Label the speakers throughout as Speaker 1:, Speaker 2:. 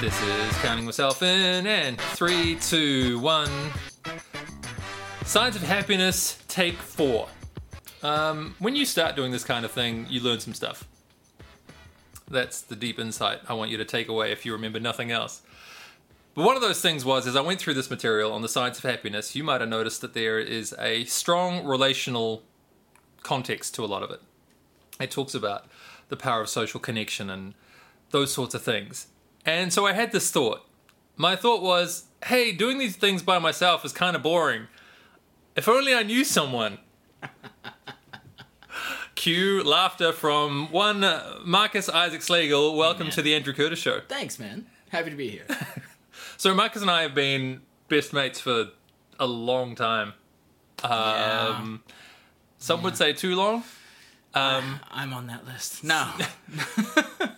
Speaker 1: This is counting myself in, and three, two, one. Signs of happiness, take four. Um, when you start doing this kind of thing, you learn some stuff. That's the deep insight I want you to take away if you remember nothing else. But one of those things was, as I went through this material on the science of happiness, you might have noticed that there is a strong relational context to a lot of it. It talks about the power of social connection and those sorts of things. And so I had this thought. My thought was, hey, doing these things by myself is kind of boring. If only I knew someone. Cue laughter from one uh, Marcus Isaac Schlegel. Welcome to the Andrew Curtis Show.
Speaker 2: Thanks, man. Happy to be here.
Speaker 1: So Marcus and I have been best mates for a long time. Um, Some would say too long.
Speaker 2: I'm on that list. No.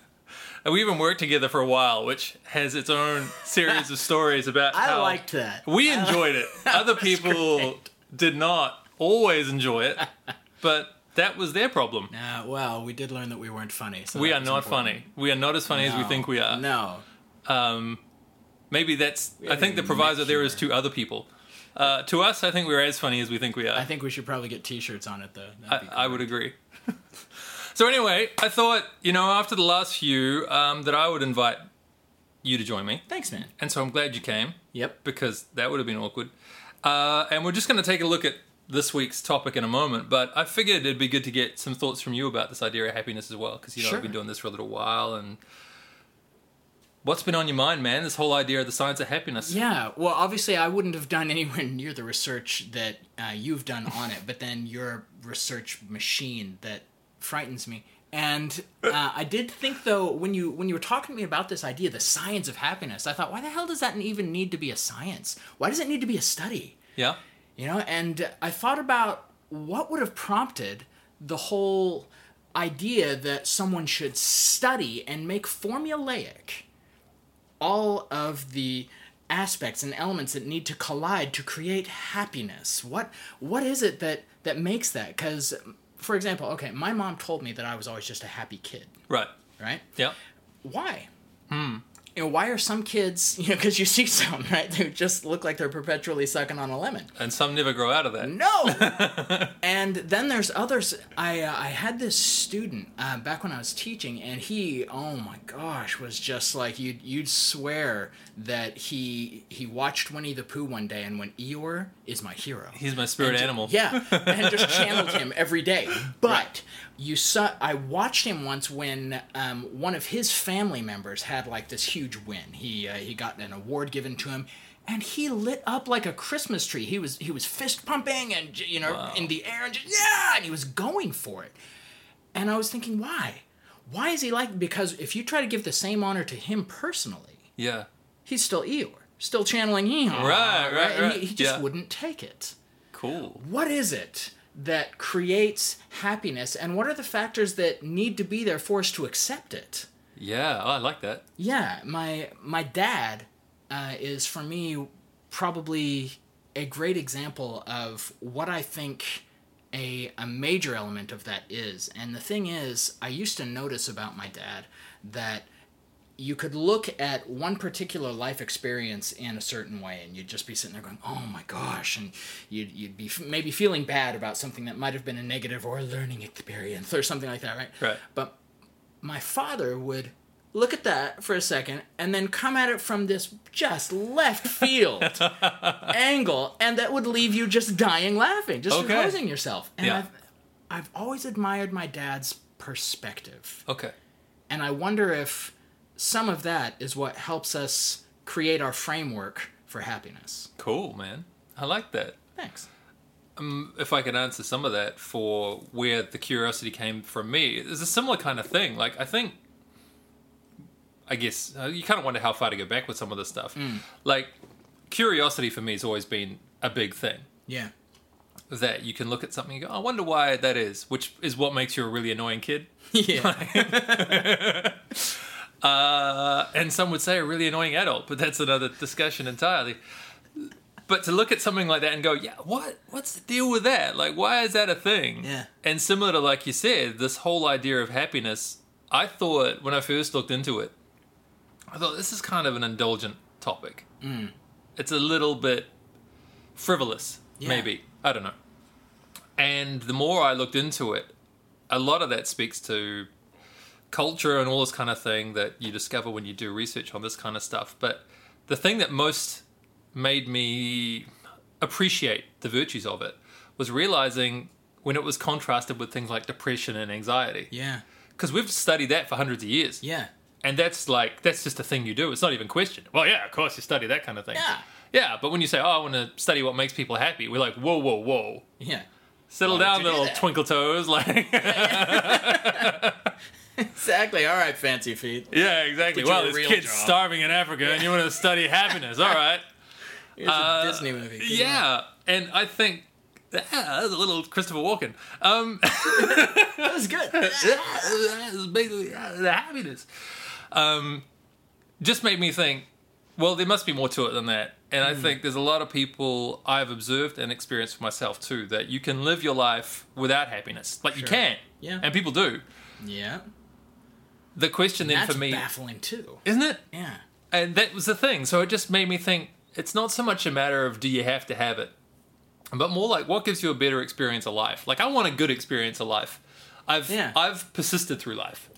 Speaker 1: And we even worked together for a while, which has its own series of stories about
Speaker 2: I
Speaker 1: how
Speaker 2: liked that.
Speaker 1: we enjoyed it. Other people
Speaker 2: great.
Speaker 1: did not always enjoy it, but that was their problem.
Speaker 2: Uh, well, we did learn that we weren't funny. So
Speaker 1: we
Speaker 2: that
Speaker 1: are
Speaker 2: was
Speaker 1: not
Speaker 2: important.
Speaker 1: funny. We are not as funny as we
Speaker 2: No.
Speaker 1: think we are.
Speaker 2: No.
Speaker 1: Maybe that's. I
Speaker 2: haven't
Speaker 1: think the
Speaker 2: even
Speaker 1: proviso
Speaker 2: met
Speaker 1: there
Speaker 2: you.
Speaker 1: is to other people. Uh, to us, I think we're as funny as we think we are.
Speaker 2: I think we should probably get T-shirts on it though. That'd be
Speaker 1: I, I
Speaker 2: cool.
Speaker 1: would agree. so anyway, I thought you know after the last few um, that I would invite you to join me,
Speaker 2: Thanks, man.
Speaker 1: and so I'm glad you came
Speaker 2: Yep.
Speaker 1: because that would have been awkward. Uh, and we're just going to take a look at this week's topic in a moment, but I figured it'd be good to get some thoughts from you about this idea of happiness as well, because you know
Speaker 2: Sure.
Speaker 1: I've been doing this for a little while and. What's been on your mind, man? This whole idea of the science of happiness.
Speaker 2: Yeah. Well, obviously, I wouldn't have done anywhere near the research that uh, you've done on it, but then you're a research machine that frightens me. And uh, I did think though, when you when you were talking to me about this idea, the science of happiness, I thought, why the hell does that even need to be a science? Why does it need to be a study?
Speaker 1: Yeah?
Speaker 2: you know and i thought about what would have prompted the whole idea that someone should study and make formulaic all of the aspects and elements that need to collide to create happiness what what is it that that makes that cuz for example okay my mom told me that i was always just a happy kid
Speaker 1: Right.
Speaker 2: right
Speaker 1: Yeah.
Speaker 2: why? Hmm. You know, why are some kids, you know, because you see some, right, who just look like they're perpetually sucking on a lemon.
Speaker 1: And some never grow out of
Speaker 2: Mm.
Speaker 1: that.
Speaker 2: No. and then there's others. I uh, I had this student uh, back when I was teaching, and he, oh my gosh, was just like you'd you'd swear that he he watched Winnie the Pooh one day and went, Eeyore is my hero.
Speaker 1: He's my spirit animal.
Speaker 2: Yeah, and just channeled him every day. But you saw, I watched him once when um, one of his family members had like this huge win. He uh, he got an award given to him, and he lit up like a Christmas tree. He was he was fist pumping and j- you know in the air and just yeah, and he was going for it. And I was thinking, why? Why is he like? Because if you try to give the same honor to him personally,
Speaker 1: Yeah.
Speaker 2: he's still Eeyore, still channeling Eeyore,
Speaker 1: Right, right,
Speaker 2: And
Speaker 1: right.
Speaker 2: he, he just
Speaker 1: Yeah.
Speaker 2: wouldn't take it
Speaker 1: Cool.
Speaker 2: what is it that creates happiness and what are the factors that need to be there for us to accept it
Speaker 1: Yeah. I like that.
Speaker 2: yeah my my dad uh, is for me probably a great example of what i think a, a major element of that is and the thing is i used to notice about my dad that you could look at one particular life experience in a certain way and you'd just be sitting there going oh my gosh and you'd, you'd be f- maybe feeling bad about something that might have been a negative or a learning experience or something like that right
Speaker 1: Right.
Speaker 2: but my father would look at that for a second and then come at it from this just left field angle and that would leave you just dying laughing just
Speaker 1: Okay.
Speaker 2: composing yourself and
Speaker 1: Yeah.
Speaker 2: I've, I've always admired my dad's perspective
Speaker 1: Okay.
Speaker 2: and I wonder if some of that is what helps us create our framework for happiness.
Speaker 1: Cool, man. I like that.
Speaker 2: Thanks.
Speaker 1: If I could answer some of that for where the curiosity came from me, it's a similar kind of thing. Like, I think, I guess, uh, you kind of wonder how far to go back with some of this stuff. Like, curiosity for me has always been a big thing
Speaker 2: Yeah.
Speaker 1: that you can look at something and go, I wonder why that is, which is what makes you a really annoying kid.
Speaker 2: Yeah.
Speaker 1: Uh, and some would say a really annoying adult, but that's another discussion entirely. But to look at something like that and go, yeah, what what's the deal with that? Like, why is that a thing?
Speaker 2: Yeah.
Speaker 1: And similar to like you said, this whole idea of happiness, I thought when I first looked into it, I thought this is kind of an indulgent topic.
Speaker 2: Mm.
Speaker 1: It's a little bit frivolous,
Speaker 2: Yeah.
Speaker 1: maybe. I don't know. And the more I looked into it, a lot of that speaks to culture and all this kind of thing that you discover when you do research on this kind of stuff. But the thing that most made me appreciate the virtues of it was realizing when it was contrasted with things like depression and anxiety.
Speaker 2: Yeah.
Speaker 1: Because we've studied that for hundreds of years.
Speaker 2: Yeah.
Speaker 1: And that's like that's just a thing you do. It's not even questioned. Well, yeah, of course you study that kind of thing.
Speaker 2: Yeah.
Speaker 1: Yeah, but when you say, "Oh, I want to study what makes people happy," we're like, "Whoa, whoa, whoa!
Speaker 2: Yeah.
Speaker 1: Settle
Speaker 2: Why
Speaker 1: down,
Speaker 2: would you do
Speaker 1: little
Speaker 2: that?"
Speaker 1: twinkle toes!" Like,
Speaker 2: Exactly. All right, fancy feet.
Speaker 1: yeah, exactly.
Speaker 2: Get you
Speaker 1: Well,
Speaker 2: a
Speaker 1: there's
Speaker 2: real
Speaker 1: kids
Speaker 2: job.
Speaker 1: starving in Africa, and you want to study happiness. All right.
Speaker 2: It's
Speaker 1: Uh,
Speaker 2: a Disney movie. Good one.
Speaker 1: Yeah, and I think yeah, that's a little Christopher Walken. Um,
Speaker 2: That was good.
Speaker 1: it's basically uh, the happiness. Um, just made me think. Well, there must be more to it than that, and I think there's a lot of people I've observed and experienced for myself too that you can live your life without happiness, like you
Speaker 2: Sure.
Speaker 1: can,
Speaker 2: Yeah.
Speaker 1: and people do.
Speaker 2: yeah.
Speaker 1: The question then
Speaker 2: That's
Speaker 1: for me,
Speaker 2: baffling too.
Speaker 1: isn't it?
Speaker 2: Yeah.
Speaker 1: And that was the thing. So it just made me think. It's not so much a matter of do you have to have it, but more like what gives you a better experience of life. Like I want a good experience of life. I've
Speaker 2: Yeah. Mm.
Speaker 1: I've persisted through life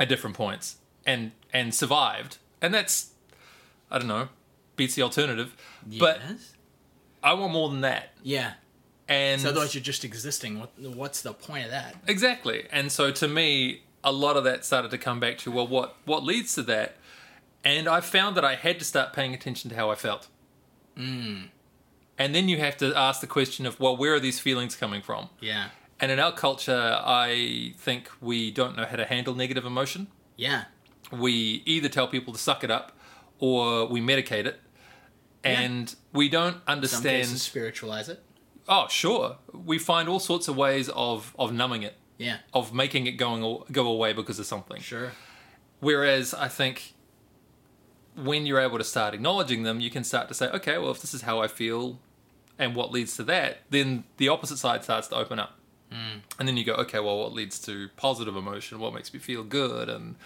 Speaker 1: at different points and and survived, and that's I don't know beats the alternative. But
Speaker 2: Yes.
Speaker 1: I want more than that.
Speaker 2: yeah.
Speaker 1: And
Speaker 2: So otherwise you're just existing. What what's the point of that?
Speaker 1: Exactly. And so to me, a lot of that started to come back to well, what what leads to that? And I found that I had to start paying attention to how I felt. Mm.
Speaker 2: Hmm.
Speaker 1: And then you have to ask the question of well, where are these feelings coming from?
Speaker 2: Yeah.
Speaker 1: And in our culture, I think we don't know how to handle negative emotion.
Speaker 2: Yeah.
Speaker 1: We either tell people to suck it up or we medicate it. And we don't
Speaker 2: Some
Speaker 1: understand
Speaker 2: cases spiritualize it.
Speaker 1: Oh, sure. We find all sorts of ways of of numbing it
Speaker 2: Yeah.
Speaker 1: of making it going aw- go away because of something.
Speaker 2: Sure.
Speaker 1: Whereas I think when you're able to start acknowledging them, you can start to say, okay, well, if this is how I feel and what leads to that, then the opposite side starts to open up. And then you go, okay, well, what leads to positive emotion? What makes me feel good? And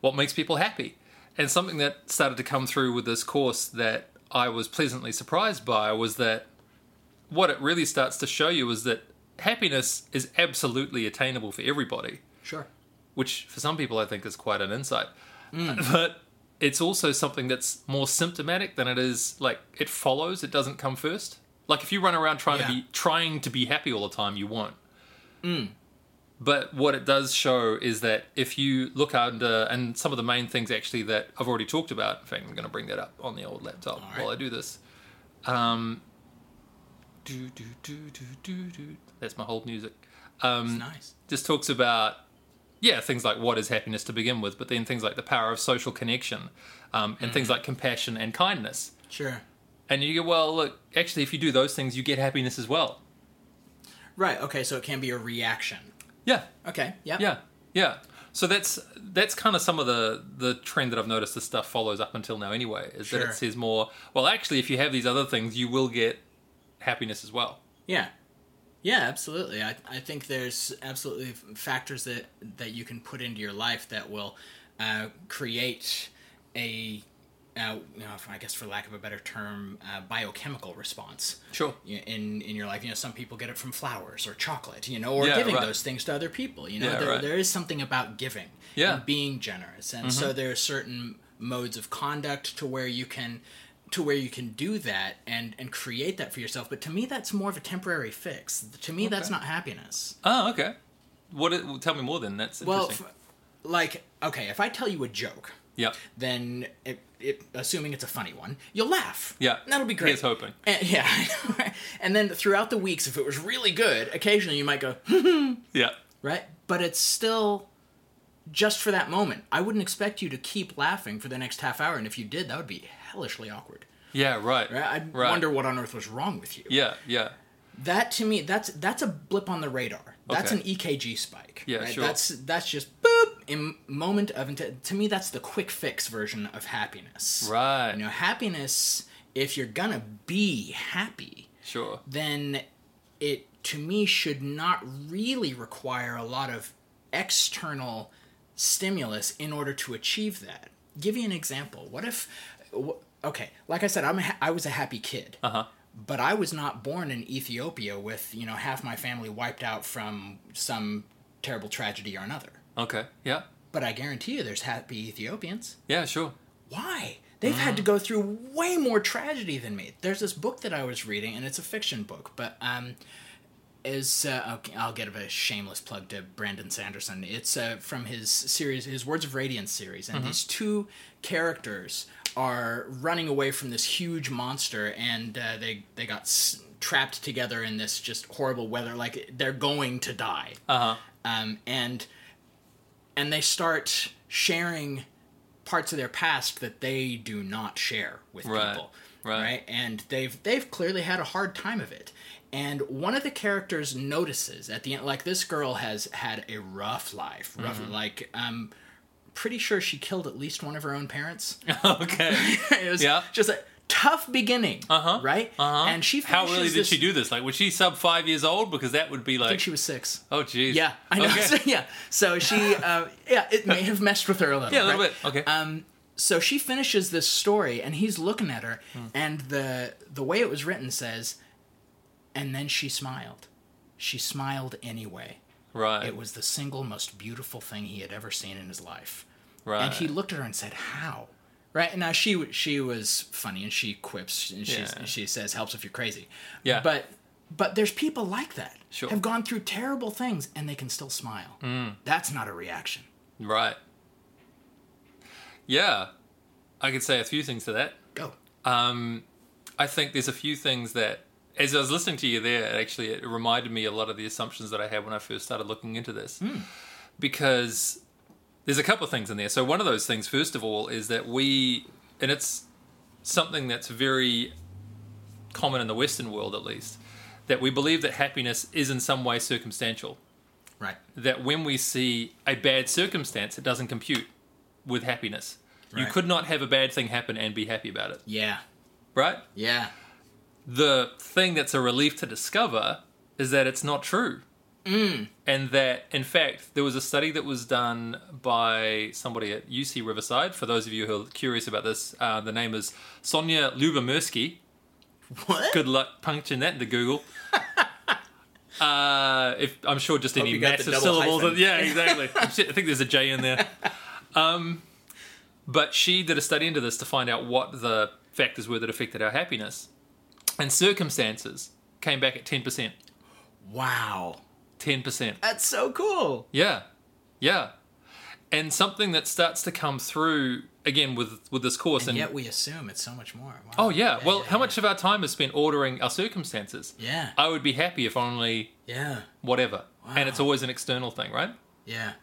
Speaker 1: what makes people happy? And something that started to come through with this course that I was pleasantly surprised by was that what it really starts to show you is that happiness is absolutely attainable for everybody
Speaker 2: Sure.
Speaker 1: which for some people I think is quite an insight.
Speaker 2: Mm.
Speaker 1: But it's also something that's more symptomatic than it is like it follows. It doesn't come first. Like if you run around trying to
Speaker 2: Yeah. Mm.
Speaker 1: be trying to be happy all the time, you won't. But what it does show is that if you look under and some of the main things actually that I've already talked about. In fact, I'm going to bring that up on the old laptop
Speaker 2: right.
Speaker 1: while I do this. Um, do do do do do do. That's my whole music. Um,
Speaker 2: It's nice.
Speaker 1: just talks about yeah things like what is happiness to begin with but then things like the power of social connection um, and things like compassion and kindness
Speaker 2: Sure.
Speaker 1: and you go well look actually if you do those things you get happiness as well
Speaker 2: Right. Okay. So it can be a reaction.
Speaker 1: yeah
Speaker 2: Okay. Yeah.
Speaker 1: yeah yeah so that's that's kind of some of the the trend that i've noticed this stuff follows up until now anyway is that
Speaker 2: Sure.
Speaker 1: it says more well actually if you have these other things you will get happiness as well
Speaker 2: Yeah. Yeah, absolutely. I, I think there's absolutely f- factors that, that you can put into your life that will uh, create a, uh, you know, I guess for lack of a better term, uh, biochemical response
Speaker 1: sure
Speaker 2: you know, in in your life. You know, some people get it from flowers or chocolate, you know, or
Speaker 1: Yeah,
Speaker 2: giving
Speaker 1: right.
Speaker 2: those things to other people. You know,
Speaker 1: Yeah,
Speaker 2: there,
Speaker 1: right.
Speaker 2: there is something about giving
Speaker 1: Yeah. Mm-hmm.
Speaker 2: and being generous, and so there are certain modes of conduct to where you can to where you can do that and and create that for yourself. But to me, that's more of a temporary fix. To me, that's not happiness.
Speaker 1: oh okay what it, well, tell me more then that's
Speaker 2: Well,
Speaker 1: interesting
Speaker 2: f- like okay, if I tell you a joke.
Speaker 1: yeah
Speaker 2: Then, it, it, assuming it's a funny one, you'll laugh.
Speaker 1: yeah
Speaker 2: that'll be great.
Speaker 1: here's hoping
Speaker 2: And, yeah, I know, right? and then throughout the weeks, if it was really good, occasionally you might go, "Hmm,"
Speaker 1: yeah
Speaker 2: right? But it's still just for that moment. I wouldn't expect you to keep laughing for the next half hour, and if you did, that would be hellishly awkward.
Speaker 1: yeah right
Speaker 2: Right? I'd
Speaker 1: Right.
Speaker 2: wonder what on earth was wrong with you.
Speaker 1: yeah yeah
Speaker 2: That to me, that's that's a blip on the radar. That's
Speaker 1: Okay.
Speaker 2: an EKG spike.
Speaker 1: Yeah,
Speaker 2: right?
Speaker 1: sure.
Speaker 2: That's that's just boop in moment of intent. To me, that's the quick fix version of happiness.
Speaker 1: Right.
Speaker 2: You know, happiness. If you're gonna be happy,
Speaker 1: Sure.
Speaker 2: then it to me should not really require a lot of external stimulus in order to achieve that. give you an example. What if, wh- okay, like I said, I'm a ha- I was a happy kid,
Speaker 1: Uh huh.
Speaker 2: but I was not born in Ethiopia with you know half my family wiped out from some terrible tragedy or another.
Speaker 1: Okay. Yeah.
Speaker 2: But I guarantee you, there's happy Ethiopians.
Speaker 1: Yeah. Sure.
Speaker 2: Why? They've had to go through way more tragedy than me. There's this book that I was reading, and it's a fiction book, but um, is uh, okay, I'll give a shameless plug to Brandon Sanderson. It's uh, from his series, his Words of Radiance series, and these two characters are running away from this huge monster, and uh, they they got s- trapped together in this just horrible weather. Like they're going to die
Speaker 1: Uh huh.
Speaker 2: um, and and they start sharing parts of their past that they do not share with
Speaker 1: Right,
Speaker 2: people
Speaker 1: right.
Speaker 2: and they've they've clearly had a hard time of it and one of the characters notices at the end like this girl has had a rough life rough
Speaker 1: Mm-hmm.
Speaker 2: like um pretty sure she killed at least one of her own parents
Speaker 1: okay.
Speaker 2: it was
Speaker 1: Yeah.
Speaker 2: just a tough beginning uh-huh right uh-huh and she
Speaker 1: How early
Speaker 2: finishes
Speaker 1: did
Speaker 2: this-
Speaker 1: she do this? Like, was she sub five years old? Because that would be
Speaker 2: i
Speaker 1: like,
Speaker 2: think she was six
Speaker 1: oh, jeez.
Speaker 2: Yeah, I know.
Speaker 1: Okay.
Speaker 2: So, yeah, so she, uh, yeah, it may have messed with her a little.
Speaker 1: yeah, a little
Speaker 2: right?
Speaker 1: bit. Okay.
Speaker 2: Um, so she finishes this story, and he's looking at her,
Speaker 1: Hmm.
Speaker 2: and the the way it was written says, and then she smiled. She smiled anyway.
Speaker 1: right.
Speaker 2: It was the single most beautiful thing he had ever seen in his life.
Speaker 1: right.
Speaker 2: And he looked at her and said, "How?" Right now, she w- she was funny, and she quips, and she
Speaker 1: Yeah.
Speaker 2: she says, "Helps if you're crazy."
Speaker 1: Yeah.
Speaker 2: But but there's people like that
Speaker 1: Sure. Hmm.
Speaker 2: have gone through terrible things, and they can still smile. That's not a reaction.
Speaker 1: right. Yeah. I could say a few things to that.
Speaker 2: Go.
Speaker 1: um, I think there's a few things that, as I was listening to you there, actually, it reminded me a lot of the assumptions that I had when I first started looking into this. Because there's a couple of things in there. So, one of those things, first of all, is that we, and it's something that's very common in the Western world at least, that we believe that happiness is in some way circumstantial.
Speaker 2: Right.
Speaker 1: That when we see a bad circumstance, it doesn't compute with happiness. You
Speaker 2: Right.
Speaker 1: could not have a bad thing happen and be happy about it,
Speaker 2: Yeah.
Speaker 1: right?
Speaker 2: Yeah.
Speaker 1: the thing that's a relief to discover is that it's not true. Mm. And that, in fact, there was a study that was done by somebody at UC Riverside. For those of you who are curious about this, uh, the name is Sonia Lubomirsky.
Speaker 2: What?
Speaker 1: Good luck punching that into Google. uh, if I'm sure just any
Speaker 2: you got the
Speaker 1: massive
Speaker 2: double
Speaker 1: syllables.
Speaker 2: hyphen.
Speaker 1: Yeah, exactly. I'm sure- I think there's a J in there. Um, but she did a study into this to find out what the factors were that affected our happiness, and circumstances came back at ten percent.
Speaker 2: Wow.
Speaker 1: Ten percent.
Speaker 2: That's so cool.
Speaker 1: Yeah, yeah. And something that starts to come through again with with this course and.
Speaker 2: Yet we assume it's so much more. Wow.
Speaker 1: Oh yeah. Well,
Speaker 2: yeah,
Speaker 1: how much of our time is spent ordering our circumstances?
Speaker 2: Yeah.
Speaker 1: I would be happy if only
Speaker 2: Yeah.
Speaker 1: whatever. And it's
Speaker 2: Wow.
Speaker 1: always an external thing, right?
Speaker 2: Yeah.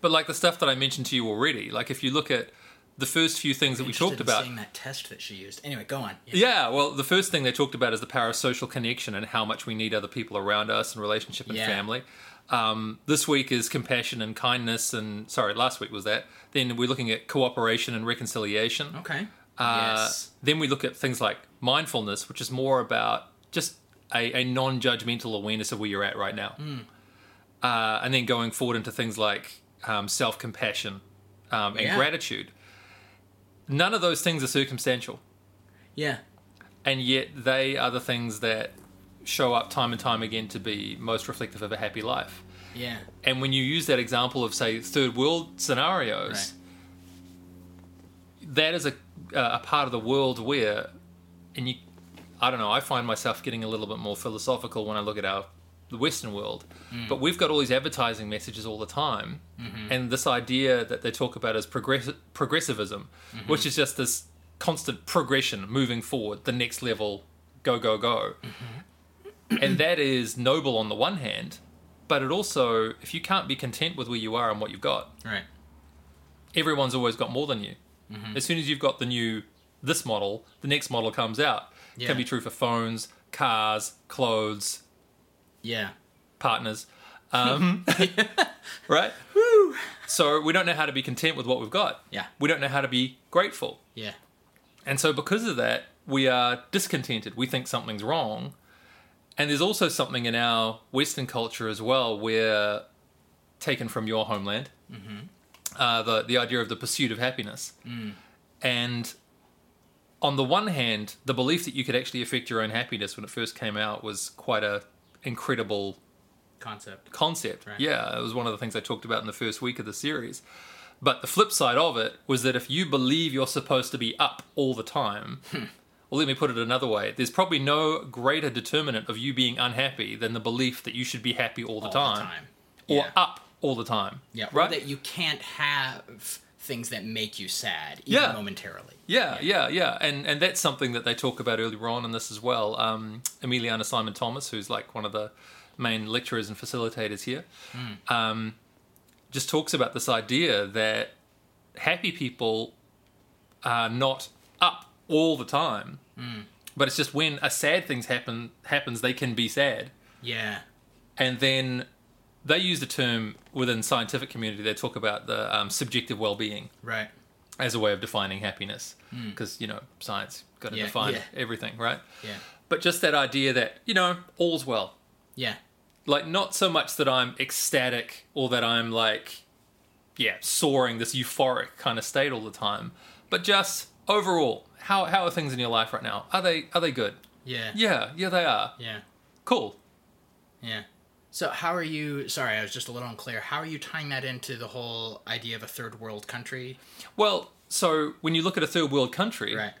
Speaker 1: But like the stuff that I mentioned to you already, like if you look at the first few things that we
Speaker 2: Interested
Speaker 1: talked
Speaker 2: in
Speaker 1: about.
Speaker 2: seeing that test that she used. Anyway, go on. Yeah.
Speaker 1: Yeah, well, the first thing they talked about is the power of social connection and how much we need other people around us and relationship and
Speaker 2: Yeah.
Speaker 1: family. Um, this week is compassion and kindness, and sorry, last week was that. Then we're looking at cooperation and reconciliation.
Speaker 2: Okay.
Speaker 1: Uh,
Speaker 2: yes.
Speaker 1: Then we look at things like mindfulness, which is more about just a, a non judgmental awareness of where you're at right now.
Speaker 2: Hmm.
Speaker 1: Uh, and then going forward into things like um, self compassion um, and
Speaker 2: Yeah.
Speaker 1: gratitude. None of those things are circumstantial,
Speaker 2: Yeah.
Speaker 1: and yet they are the things that show up time and time again to be most reflective of a happy life.
Speaker 2: Yeah.
Speaker 1: And when you use that example of, say, third world scenarios, that is a a part of the world where, and you, I don't know, I find myself getting a little bit more philosophical when I look at our the Western world, but we've got all these advertising messages all the time, and this idea that they talk about is progress progressivism, which is just this constant progression, moving forward, the next level, go go go, and that is noble on the one hand, but it also, if you can't be content with where you are and what you've got,
Speaker 2: Right.
Speaker 1: everyone's always got more than you.
Speaker 2: Mm-hmm.
Speaker 1: As soon as you've got the new this model, the next model comes out.
Speaker 2: Yeah.
Speaker 1: Can be true for phones, cars, clothes,
Speaker 2: Yeah.
Speaker 1: partners, um, right?
Speaker 2: Woo.
Speaker 1: So we don't know how to be content with what we've got.
Speaker 2: Yeah.
Speaker 1: We don't know how to be grateful,
Speaker 2: Yeah.
Speaker 1: and so because of that, we are discontented. We think something's wrong, and there's also something in our Western culture as well where, taken from your homeland, uh, the the idea of the pursuit of happiness, and on the one hand, the belief that you could actually affect your own happiness when it first came out was quite a incredible
Speaker 2: concept.
Speaker 1: concept.
Speaker 2: Right.
Speaker 1: Yeah, it was one of the things I talked about in the first week of the series. But the flip side of it was that if you believe you're supposed to be up all the time,
Speaker 2: Hmm.
Speaker 1: or let me put it another way, there's probably no greater determinant of you being unhappy than the belief that you should be happy all the,
Speaker 2: All
Speaker 1: time,
Speaker 2: the time.
Speaker 1: or
Speaker 2: yeah.
Speaker 1: up all the time.
Speaker 2: yeah. Or
Speaker 1: right.
Speaker 2: that you can't have things that make you sad, even
Speaker 1: Yeah.
Speaker 2: momentarily.
Speaker 1: Yeah, yeah, yeah, and and that's something that they talk about earlier on in this as well. Um, Emiliana Simon Thomas, who's like one of the main lecturers and facilitators here, um, just talks about this idea that happy people are not up all the time, but it's just when a sad things happen happens they can be sad,
Speaker 2: Yeah.
Speaker 1: and then they use the term within scientific community. They talk about the um, subjective well being
Speaker 2: Right.
Speaker 1: as a way of defining happiness because you know science got to
Speaker 2: Hmm. Yeah,
Speaker 1: define
Speaker 2: yeah.
Speaker 1: everything right
Speaker 2: Yeah.
Speaker 1: but just that idea that you know all's well
Speaker 2: Yeah.
Speaker 1: like not so much that i'm ecstatic or that i'm like yeah soaring this euphoric kind of state all the time but just overall how, how are things in your life right now are they are they good
Speaker 2: Yeah.
Speaker 1: yeah yeah they are
Speaker 2: Yeah.
Speaker 1: cool
Speaker 2: Yeah. So how are you? Sorry, I was just a little unclear. How are you tying that into the whole idea of a third world country?
Speaker 1: well so when you look at a third world country
Speaker 2: Right.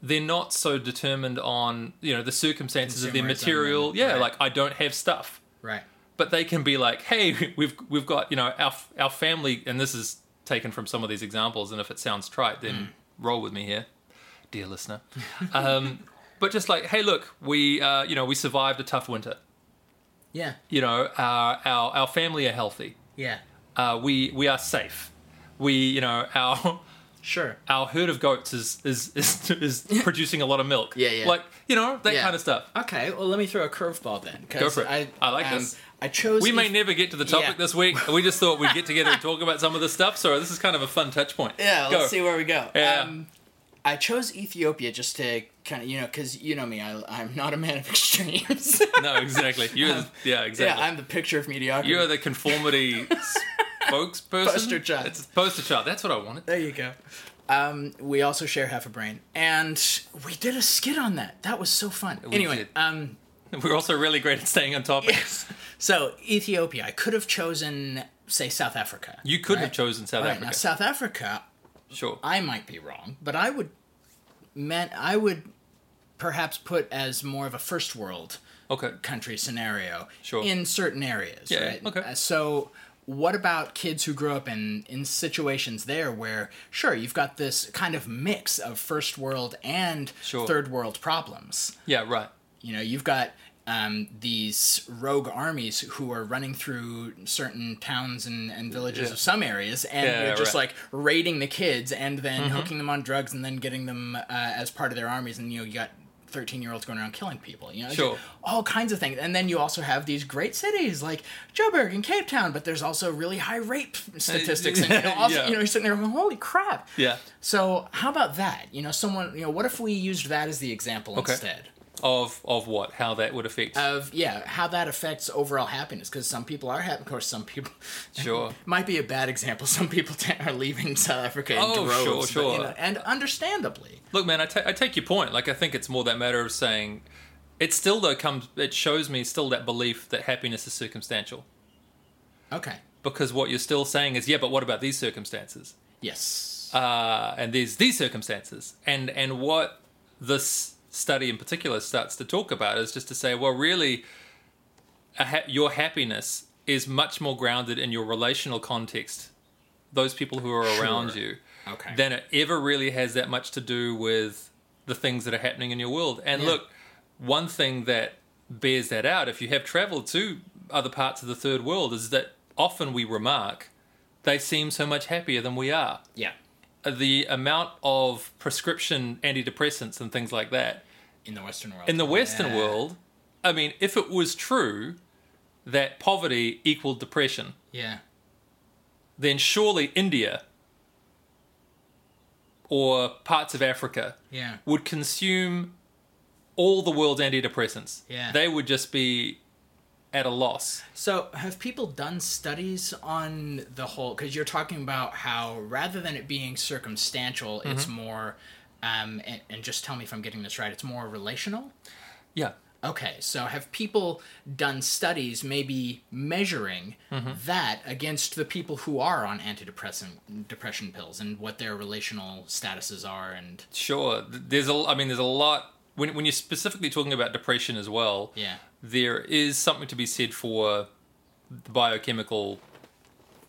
Speaker 1: they're not so determined on you know the circumstances of their
Speaker 2: Consumerism
Speaker 1: material
Speaker 2: and-
Speaker 1: yeah
Speaker 2: right.
Speaker 1: like i don't have stuff
Speaker 2: Right.
Speaker 1: but they can be like, hey, we've we've got you know our our family, and this is taken from some of these examples. And if it sounds trite, then
Speaker 2: Mm.
Speaker 1: roll with me here, dear listener. um, but just like, hey, look, we uh, you know we survived a tough winter.
Speaker 2: Yeah.
Speaker 1: You know, our our, our family are healthy.
Speaker 2: Yeah.
Speaker 1: Uh, we we are safe. We you know our
Speaker 2: Sure.
Speaker 1: our herd of goats is is is, is producing a lot of milk.
Speaker 2: Yeah, yeah.
Speaker 1: Like you know that
Speaker 2: Yeah.
Speaker 1: kind of stuff.
Speaker 2: Okay. Well, let me throw a curveball then. 'cause
Speaker 1: Go for it. I like this.
Speaker 2: I chose.
Speaker 1: We may
Speaker 2: if-
Speaker 1: never get to the topic
Speaker 2: Yeah.
Speaker 1: this week. We just thought we'd get together and talk about some of this stuff. So this is kind of a fun touch point.
Speaker 2: Yeah,
Speaker 1: Go.
Speaker 2: let's see where we go.
Speaker 1: Yeah.
Speaker 2: Um, I chose Ethiopia just to kind of, you know, because you know me, I, I'm not a man of extremes.
Speaker 1: No, exactly. You, are yeah,
Speaker 2: yeah,
Speaker 1: exactly.
Speaker 2: I'm the picture of mediocrity.
Speaker 1: you are the conformity spokesperson.
Speaker 2: Poster child.
Speaker 1: It's poster child. That's what I wanted.
Speaker 2: there you go. Um, we also share half a brain, and we did a skit on that. That was so fun. anyway,
Speaker 1: did.
Speaker 2: um,
Speaker 1: We're also really great at staying on topic.
Speaker 2: so Ethiopia, I could have chosen, say, South Africa.
Speaker 1: You could have
Speaker 2: Right.
Speaker 1: chosen South
Speaker 2: Right,
Speaker 1: Africa.
Speaker 2: now South Africa,
Speaker 1: sure.
Speaker 2: I might be wrong, but I would meant I would perhaps put as more of a first world
Speaker 1: Okay.
Speaker 2: country scenario
Speaker 1: Sure.
Speaker 2: in certain areas,
Speaker 1: Yeah,
Speaker 2: right?
Speaker 1: okay.
Speaker 2: Uh, So what about kids who grow up in in situations there where sure you've got this kind of mix of first world and
Speaker 1: Sure.
Speaker 2: third world problems
Speaker 1: Yeah. Right.
Speaker 2: you know, you've got um, these rogue armies who are running through certain towns and, and villages of some areas, and
Speaker 1: Yeah,
Speaker 2: you're just
Speaker 1: right. Mm-hmm.
Speaker 2: like raiding the kids and then hooking them on drugs and then getting them uh, as part of their armies, and you know, you got. 13 year olds going around killing people, you know, it's
Speaker 1: Sure.
Speaker 2: just all kinds of things. And then you also have these great cities like Joburg and Cape Town, but there's also really high rape statistics. And you know, also,
Speaker 1: Yeah.
Speaker 2: you know, you're sitting there going, holy crap.
Speaker 1: Yeah.
Speaker 2: So, how about that? You know, someone, you know, what if we used that as the example instead?
Speaker 1: Of of what? How that would affect?
Speaker 2: of yeah how that affects overall happiness because some people are happy of course some people
Speaker 1: Sure.
Speaker 2: might be a bad example some people t- are leaving south africa in
Speaker 1: Oh,
Speaker 2: droves
Speaker 1: sure,
Speaker 2: but,
Speaker 1: sure.
Speaker 2: you know, and understandably
Speaker 1: Look, man, I ta- I take your point. Like, I think it's more that matter of saying, it still though comes. It shows me still that belief that happiness is circumstantial.
Speaker 2: okay
Speaker 1: Because what you're still saying is, yeah, but what about these circumstances?
Speaker 2: yes
Speaker 1: uh, and there's these circumstances and and what this study in particular starts to talk about is just to say well really a ha- your happiness is much more grounded in your relational context those people who are around
Speaker 2: Sure.
Speaker 1: you
Speaker 2: Okay.
Speaker 1: than it ever really has that much to do with the things that are happening in your world and
Speaker 2: Yeah.
Speaker 1: look one thing that bears that out if you have traveled to other parts of the third world is that often we remark they seem so much happier than we are Uh,
Speaker 2: yeah
Speaker 1: the amount of prescription antidepressants and things like that
Speaker 2: in the western world
Speaker 1: in the Western
Speaker 2: Yeah.
Speaker 1: world, I mean, if it was true that poverty equaled depression,
Speaker 2: yeah
Speaker 1: then surely India or parts of Africa
Speaker 2: yeah
Speaker 1: would consume all the world's antidepressants.
Speaker 2: Yeah.
Speaker 1: They would just be at a loss.
Speaker 2: So, have people done studies on the whole? Because you're talking about how rather than it being circumstantial, it's
Speaker 1: Mm-hmm.
Speaker 2: more, um, and, and just tell me if I'm getting this right, it's more relational?
Speaker 1: Yeah.
Speaker 2: Okay, so have people done studies maybe measuring that against the people who are on antidepressant depression pills and what their relational statuses are and
Speaker 1: Sure. Th- There's a I mean there's a lot when when you're specifically talking about depression as well.
Speaker 2: yeah,
Speaker 1: There is something to be said for the biochemical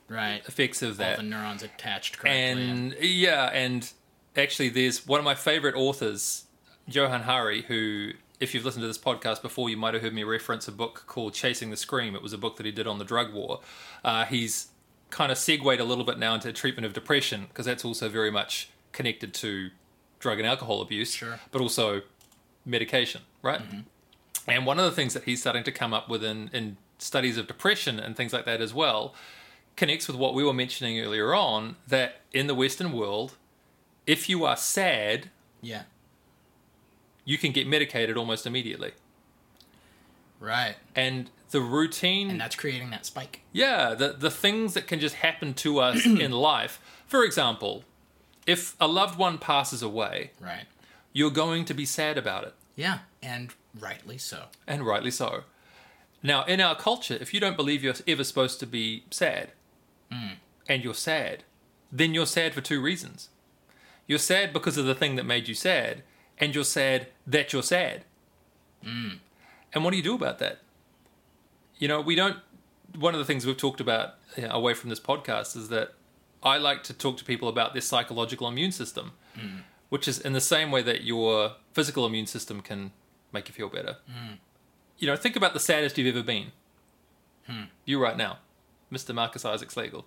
Speaker 2: right.
Speaker 1: effects of
Speaker 2: All
Speaker 1: that.
Speaker 2: the neurons attached correctly.
Speaker 1: and yeah, and actually, there's one of my favorite authors, Johan Hari, who, if you've listened to this podcast before, you might have heard me reference a book called Chasing the Scream. It was a book that he did on the drug war. Uh, he's kind of segued a little bit now into treatment of depression because that's also very much connected to drug and alcohol abuse,
Speaker 2: Sure.
Speaker 1: but also medication, right? And one of the things that he's starting to come up with in, in studies of depression and things like that as well connects with what we were mentioning earlier on that in the Western world, if you are sad,
Speaker 2: yeah,
Speaker 1: you can get medicated almost immediately.
Speaker 2: right.
Speaker 1: And the routine,
Speaker 2: And that's creating that spike.
Speaker 1: yeah, the, the things that can just happen to us in life. For example, if a loved one passes away,
Speaker 2: Right.
Speaker 1: you're going to be sad about it.
Speaker 2: Yeah, and rightly so.
Speaker 1: and rightly so. Now, in our culture, if you don't believe you're ever supposed to be sad,
Speaker 2: Mm.
Speaker 1: and you're sad, then you're sad for two reasons. You're sad because of the thing that made you sad, and you're sad that you're sad. And what do you do about that? You know, we don't. One of the things we've talked about you know, away from this podcast is that I like to talk to people about their psychological immune system, which is in the same way that your physical immune system can make you feel better. You know, think about the saddest you've ever been. You right now, Mr. Marcus Isaacs Legal.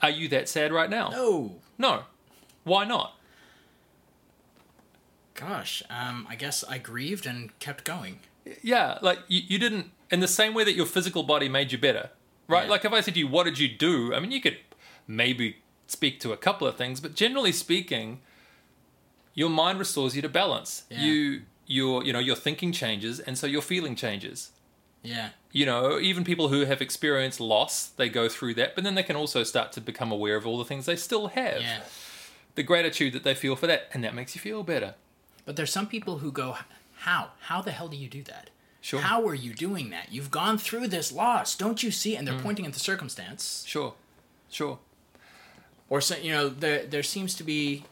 Speaker 1: Are you that sad right now?
Speaker 2: Oh
Speaker 1: No. Why not?
Speaker 2: gosh, um, I guess I grieved and kept going.
Speaker 1: Yeah, like you, you didn't, in the same way that your physical body made you better, right?
Speaker 2: Yeah.
Speaker 1: Like if I said to you, what did you do? I mean, you could maybe speak to a couple of things, but generally speaking, your mind restores you to balance.
Speaker 2: Yeah.
Speaker 1: You, your, you know, your thinking changes, and so your feeling changes.
Speaker 2: Yeah,
Speaker 1: you know, even people who have experienced loss, they go through that, but then they can also start to become aware of all the things they still have,
Speaker 2: yeah.
Speaker 1: the gratitude that they feel for that, and that makes you feel better.
Speaker 2: But there's some people who go, how? How the hell do you do that?
Speaker 1: Sure.
Speaker 2: How are you doing that? You've gone through this loss, don't you see? And
Speaker 1: Mm.
Speaker 2: they're pointing at the circumstance.
Speaker 1: Sure, sure.
Speaker 2: Or so, you know, there there seems to be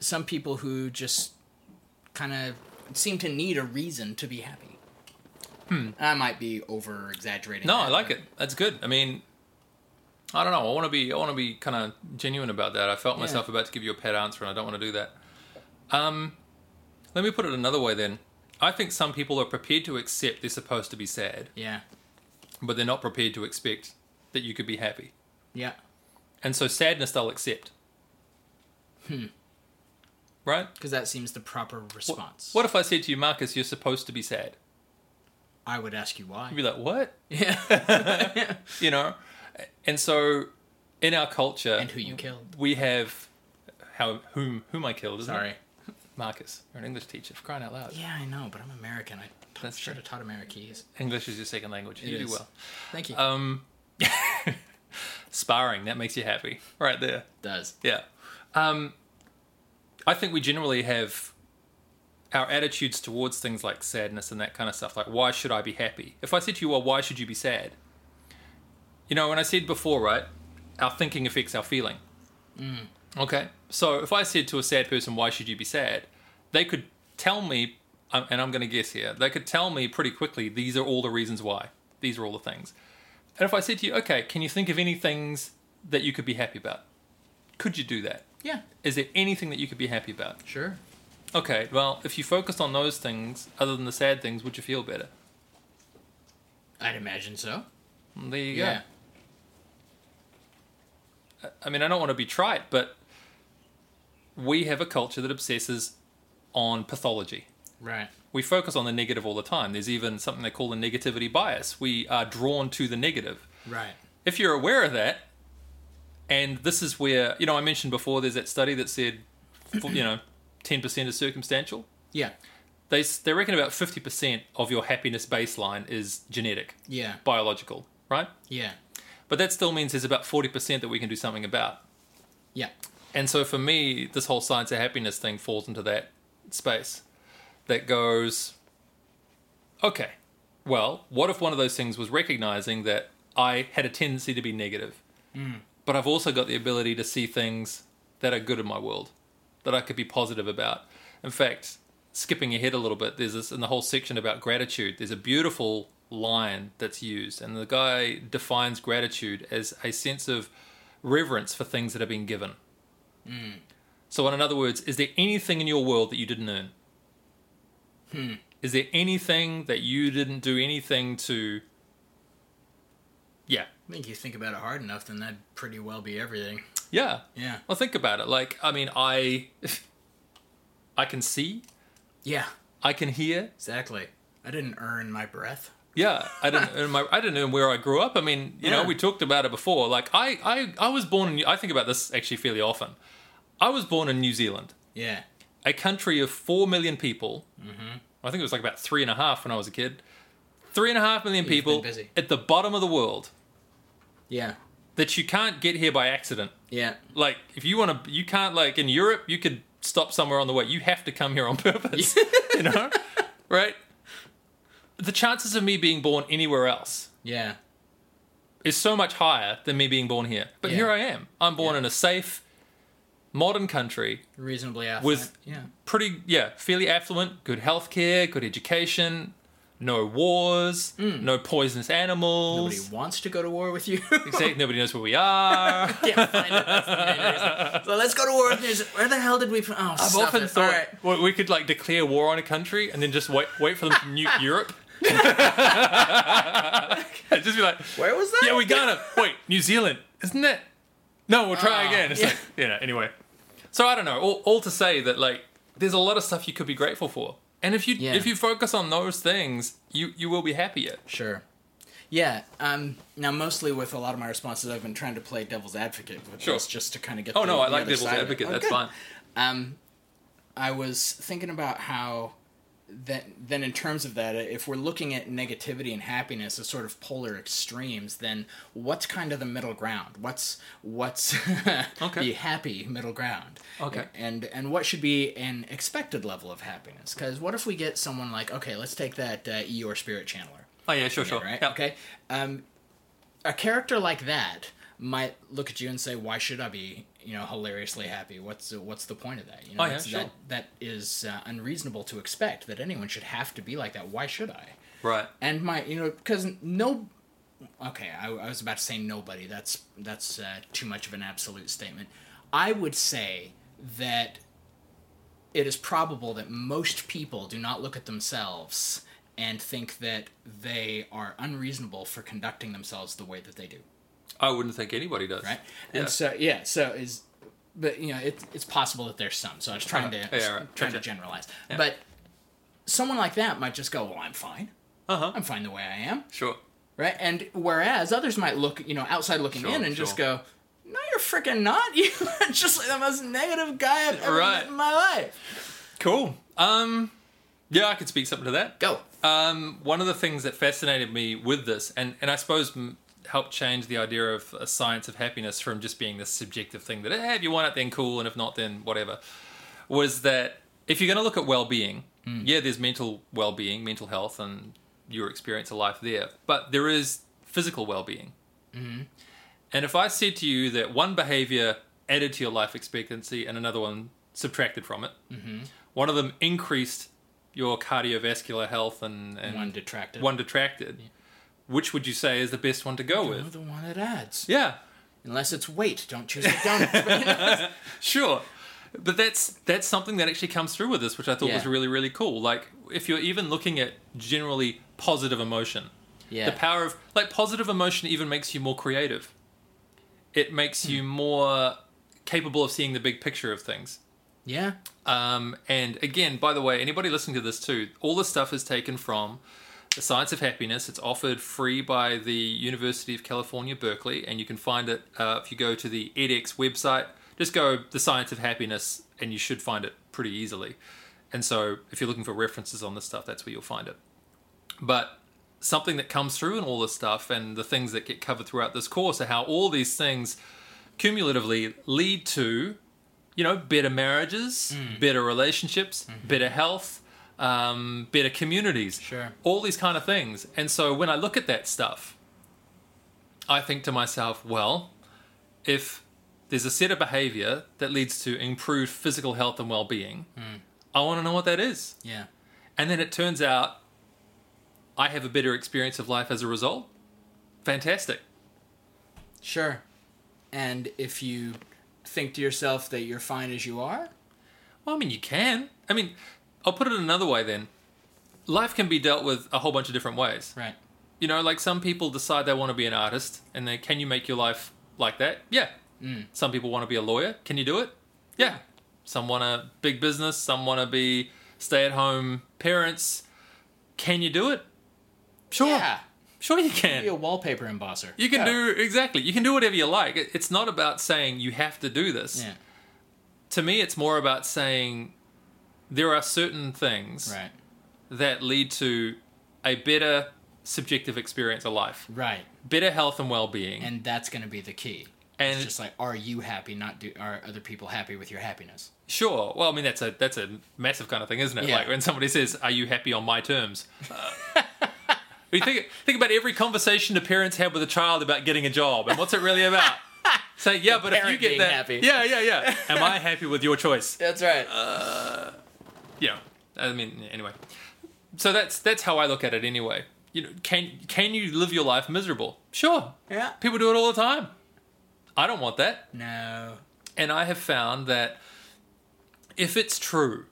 Speaker 2: some people who just kind of seem to need a reason to be happy. Hmm. I might be over exaggerating.
Speaker 1: No, I like it. That's good. I mean, I don't know. I want to be, I want to be kind of genuine about that. I felt myself about to give you a pat answer, and I don't want to do that. Um, let me put it another way then. I think some people are prepared to accept they're supposed to be sad,
Speaker 2: Yeah.
Speaker 1: but they're not prepared to expect that you could be happy.
Speaker 2: Yeah.
Speaker 1: And so sadness they'll accept. Hmm. Right?
Speaker 2: Because that seems the proper response.
Speaker 1: What if I said to you, Marcus, you're supposed to be sad?
Speaker 2: I would ask you why.
Speaker 1: You'd be like, what?
Speaker 2: Yeah.
Speaker 1: You know? And so in our culture,
Speaker 2: and who you killed.
Speaker 1: we have how whom whom I killed, isn't
Speaker 2: Sorry.
Speaker 1: it? Marcus. You're an English teacher, for crying out loud.
Speaker 2: Yeah, I know, but I'm American. I taught,
Speaker 1: That's
Speaker 2: should
Speaker 1: true.
Speaker 2: have taught Americese.
Speaker 1: English is your second language. you do
Speaker 2: is.
Speaker 1: well.
Speaker 2: Thank you.
Speaker 1: Um, sparring, that makes you happy. Right there.
Speaker 2: Does.
Speaker 1: Yeah. Um, I think we generally have our attitudes towards things like sadness and that kind of stuff. Like, why should I be happy? If I said to you, well, why should you be sad? You know, when I said before, right, our thinking affects our feeling. Okay. So if I said to a sad person, why should you be sad? They could tell me, um, and I'm going to guess here, they could tell me pretty quickly, these are all the reasons why. These are all the things. And if I said to you, okay, can you think of any things that you could be happy about? Could you do that?
Speaker 2: Yeah.
Speaker 1: Is there anything that you could be happy about?
Speaker 2: Sure.
Speaker 1: Okay, well, if you focused on those things other than the sad things, would you feel better?
Speaker 2: I'd imagine so.
Speaker 1: And there you go. I mean, I don't want to be trite, but we have a culture that obsesses on pathology.
Speaker 2: Right.
Speaker 1: We focus on the negative all the time. There's even something they call the negativity bias. We are drawn to the negative.
Speaker 2: Right.
Speaker 1: if you're aware of that, and this is where you know I mentioned before, there's that study that said, you know, ten percent is circumstantial.
Speaker 2: Yeah.
Speaker 1: They s- they reckon about fifty percent of your happiness baseline is genetic,
Speaker 2: Yeah.
Speaker 1: biological, right?
Speaker 2: Yeah.
Speaker 1: But that still means there's about forty percent that we can do something about.
Speaker 2: Yeah.
Speaker 1: And so for me, this whole science of happiness thing falls into that space that goes, okay, well, what if one of those things was recognizing that I had a tendency to be negative, but I've also got the ability to see things that are good in my world, that I could be positive about. In fact, skipping ahead a little bit, there's this in the whole section about gratitude, there's a beautiful line that's used, and the guy defines gratitude as a sense of reverence for things that have been given. So, in other words, is there anything in your world that you didn't earn? Is there anything that you didn't do anything to? Yeah,
Speaker 2: I think you think about it hard enough, then that'd pretty well be everything.
Speaker 1: yeah.
Speaker 2: Yeah.
Speaker 1: Well, think about it. Like, I mean, I, I can see,
Speaker 2: Yeah.
Speaker 1: I can hear.
Speaker 2: Exactly. I didn't earn my breath.
Speaker 1: Yeah, I didn't earn my, I didn't earn where I grew up. I mean, you know,
Speaker 2: Yeah.
Speaker 1: we talked about it before. Like, I, I, I was born. In, I think about this actually fairly often. I was born in New Zealand.
Speaker 2: Yeah.
Speaker 1: a country of four million people.
Speaker 2: Mm-hmm.
Speaker 1: I think it was like about three and a half when I was a kid. Three and a half million
Speaker 2: You've been
Speaker 1: people
Speaker 2: busy.
Speaker 1: at the bottom of the world
Speaker 2: Yeah.
Speaker 1: that you can't get here by accident.
Speaker 2: Yeah.
Speaker 1: Like if you want to, you can't like in Europe you could stop somewhere on the way. You have to come here on purpose. you know, right? The chances of me being born anywhere else
Speaker 2: Yeah.
Speaker 1: is so much higher than me being born here. But
Speaker 2: Yeah.
Speaker 1: here I am. I'm born in a safe, modern country
Speaker 2: Reasonably affluent.
Speaker 1: With-
Speaker 2: yeah.
Speaker 1: pretty yeah fairly affluent good healthcare good education no wars no poisonous animals
Speaker 2: Mm. Nobody wants to go to war with you.
Speaker 1: Exact- nobody knows where we are
Speaker 2: Can't find it. That's the main reason. So let's go to war with New Zealand. Where the hell did we? put- Oh,
Speaker 1: i've often
Speaker 2: it.
Speaker 1: thought
Speaker 2: All right.
Speaker 1: well, we could like declare war on a country and then just wait wait for them to nuke europe And just be like
Speaker 2: Where was that?
Speaker 1: yeah we got him wait new zealand isn't it no we'll try
Speaker 2: Ah,
Speaker 1: again it's
Speaker 2: yeah.
Speaker 1: like you know anyway so i don't know all, all to say that like there's a lot of stuff you could be grateful for and if you
Speaker 2: Yeah.
Speaker 1: if you focus on those things you you will be happier
Speaker 2: Sure. Yeah. Um. Now, mostly with a lot of my responses, I've been trying to play devil's advocate with
Speaker 1: Sure.
Speaker 2: this, just to kind of get.
Speaker 1: Oh
Speaker 2: the,
Speaker 1: no, I
Speaker 2: the
Speaker 1: like
Speaker 2: other
Speaker 1: Devil's
Speaker 2: side of it.
Speaker 1: Advocate.
Speaker 2: Oh,
Speaker 1: That's
Speaker 2: good.
Speaker 1: fine.
Speaker 2: Um, I was thinking about how that then in terms of that, if we're looking at negativity and happiness as sort of polar extremes, then what's kind of the middle ground? What's what's
Speaker 1: Okay.
Speaker 2: the happy middle ground?
Speaker 1: Okay.
Speaker 2: And and what should be an expected level of happiness? Because what if we get someone like okay, let's take that uh, Eeyore spirit channeler
Speaker 1: Oh yeah, sure, sure.
Speaker 2: right?
Speaker 1: Yeah.
Speaker 2: Okay. Um, a character like that might look at you and say, "Why should I be, you know, hilariously happy? What's what's the point of that? You know,
Speaker 1: Oh, yeah,
Speaker 2: that's-
Speaker 1: sure.
Speaker 2: that that is uh, unreasonable to expect that anyone should have to be like that. Why should I?"
Speaker 1: Right.
Speaker 2: And my, you know, because no. Okay, I, I was about to say nobody. That's that's uh, too much of an absolute statement. I would say that it is probable that most people do not look at themselves and think that they are unreasonable for conducting themselves the way that they do
Speaker 1: I wouldn't think anybody does.
Speaker 2: right
Speaker 1: Yeah.
Speaker 2: and so yeah so is but you know it, it's possible that there's some so i was trying to
Speaker 1: Uh, yeah, right.
Speaker 2: trying to
Speaker 1: Gotcha.
Speaker 2: generalize but someone like that might just go well i'm fine
Speaker 1: Uh-huh.
Speaker 2: i'm fine the way i am
Speaker 1: Sure.
Speaker 2: right? And whereas others might look, you know, outside looking
Speaker 1: Sure,
Speaker 2: in and just
Speaker 1: sure.
Speaker 2: go, "No, you're freaking not. You are just like the most negative guy I've ever
Speaker 1: Right.
Speaker 2: met in my life."
Speaker 1: Cool. Um yeah, I could speak something to that.
Speaker 2: Go.
Speaker 1: Um one of the things that fascinated me with this and and I suppose m- helped change the idea of a science of happiness from just being this subjective thing that eh, if you want it then cool and if not then whatever was that if you're going to look at well-being, yeah, there's mental well-being, mental health and your experience of life there, but there is physical well-being. And if I said to you that one behavior added to your life expectancy and another one subtracted from it, one of them increased your cardiovascular health and, and
Speaker 2: One detracted.
Speaker 1: one detracted, which would you say is the best one to go
Speaker 2: Oh,
Speaker 1: with?
Speaker 2: the one that adds.
Speaker 1: Yeah,
Speaker 2: Unless it's weight, don't choose McDonald's.
Speaker 1: sure. But that's that's something that actually comes through with this, which I thought
Speaker 2: Yeah.
Speaker 1: was really really cool. Like if you're even looking at generally positive emotion,
Speaker 2: yeah.
Speaker 1: the power of like positive emotion even makes you more creative it makes you
Speaker 2: Hmm.
Speaker 1: more capable of seeing the big picture of things
Speaker 2: yeah.
Speaker 1: um, and again by the way anybody listening to this too all this stuff is taken from the science of happiness it's offered free by the university of california berkeley and you can find it uh, if you go to the edx website just go the science of happiness and you should find it pretty easily And so if you're looking for references on this stuff, that's where you'll find it. But something that comes through in all this stuff and the things that get covered throughout this course are how all these things cumulatively lead to, you know, better marriages, better relationships, better health, um, better communities,
Speaker 2: Sure.
Speaker 1: all these kind of things. And so when I look at that stuff, I think to myself, well, if there's a set of behavior that leads to improved physical health and well being, I want to know what that is.
Speaker 2: Yeah.
Speaker 1: And then it turns out I have a better experience of life as a result. Fantastic.
Speaker 2: Sure. And if you think to yourself that you're fine as you are,
Speaker 1: Well, I mean, you can. I mean, I'll put it another way then. Life can be dealt with a whole bunch of different ways.
Speaker 2: right.
Speaker 1: You know, like some people decide they want to be an artist and then can you make your life like that? Yeah.
Speaker 2: Mm.
Speaker 1: Some people want to be a lawyer. Can you do it? Yeah. Some want a big business, some want to be stay at home parents. Can you do it? Sure.
Speaker 2: Yeah.
Speaker 1: Sure you can.
Speaker 2: Be a wallpaper embosser.
Speaker 1: You can
Speaker 2: Yeah.
Speaker 1: do exactly. You can do whatever you like. It- It's not about saying you have to do this.
Speaker 2: Yeah.
Speaker 1: To me, it's more about saying there are certain things
Speaker 2: Right.
Speaker 1: that lead to a better subjective experience of life,
Speaker 2: Right.
Speaker 1: better health and well-being, and,
Speaker 2: And that's going to be the key. It's just like, are you happy? Not do are other people happy with your happiness?
Speaker 1: sure. Well, I mean that's a that's a massive kind of thing, isn't it?
Speaker 2: Yeah.
Speaker 1: Like when somebody says, "Are you happy on my terms?" Uh, you think think about every conversation the parents have with a child about getting a job, and what's it really about? Say, yeah, but if you
Speaker 2: parent
Speaker 1: get
Speaker 2: being
Speaker 1: that,
Speaker 2: happy.
Speaker 1: yeah, yeah, yeah. Am I happy with your choice?
Speaker 2: That's right.
Speaker 1: yeah i mean anyway so that's that's how i look at it anyway you know can can you live your life miserable sure
Speaker 2: yeah.
Speaker 1: people do it all the time i don't want that
Speaker 2: No.
Speaker 1: and i have found that if it's true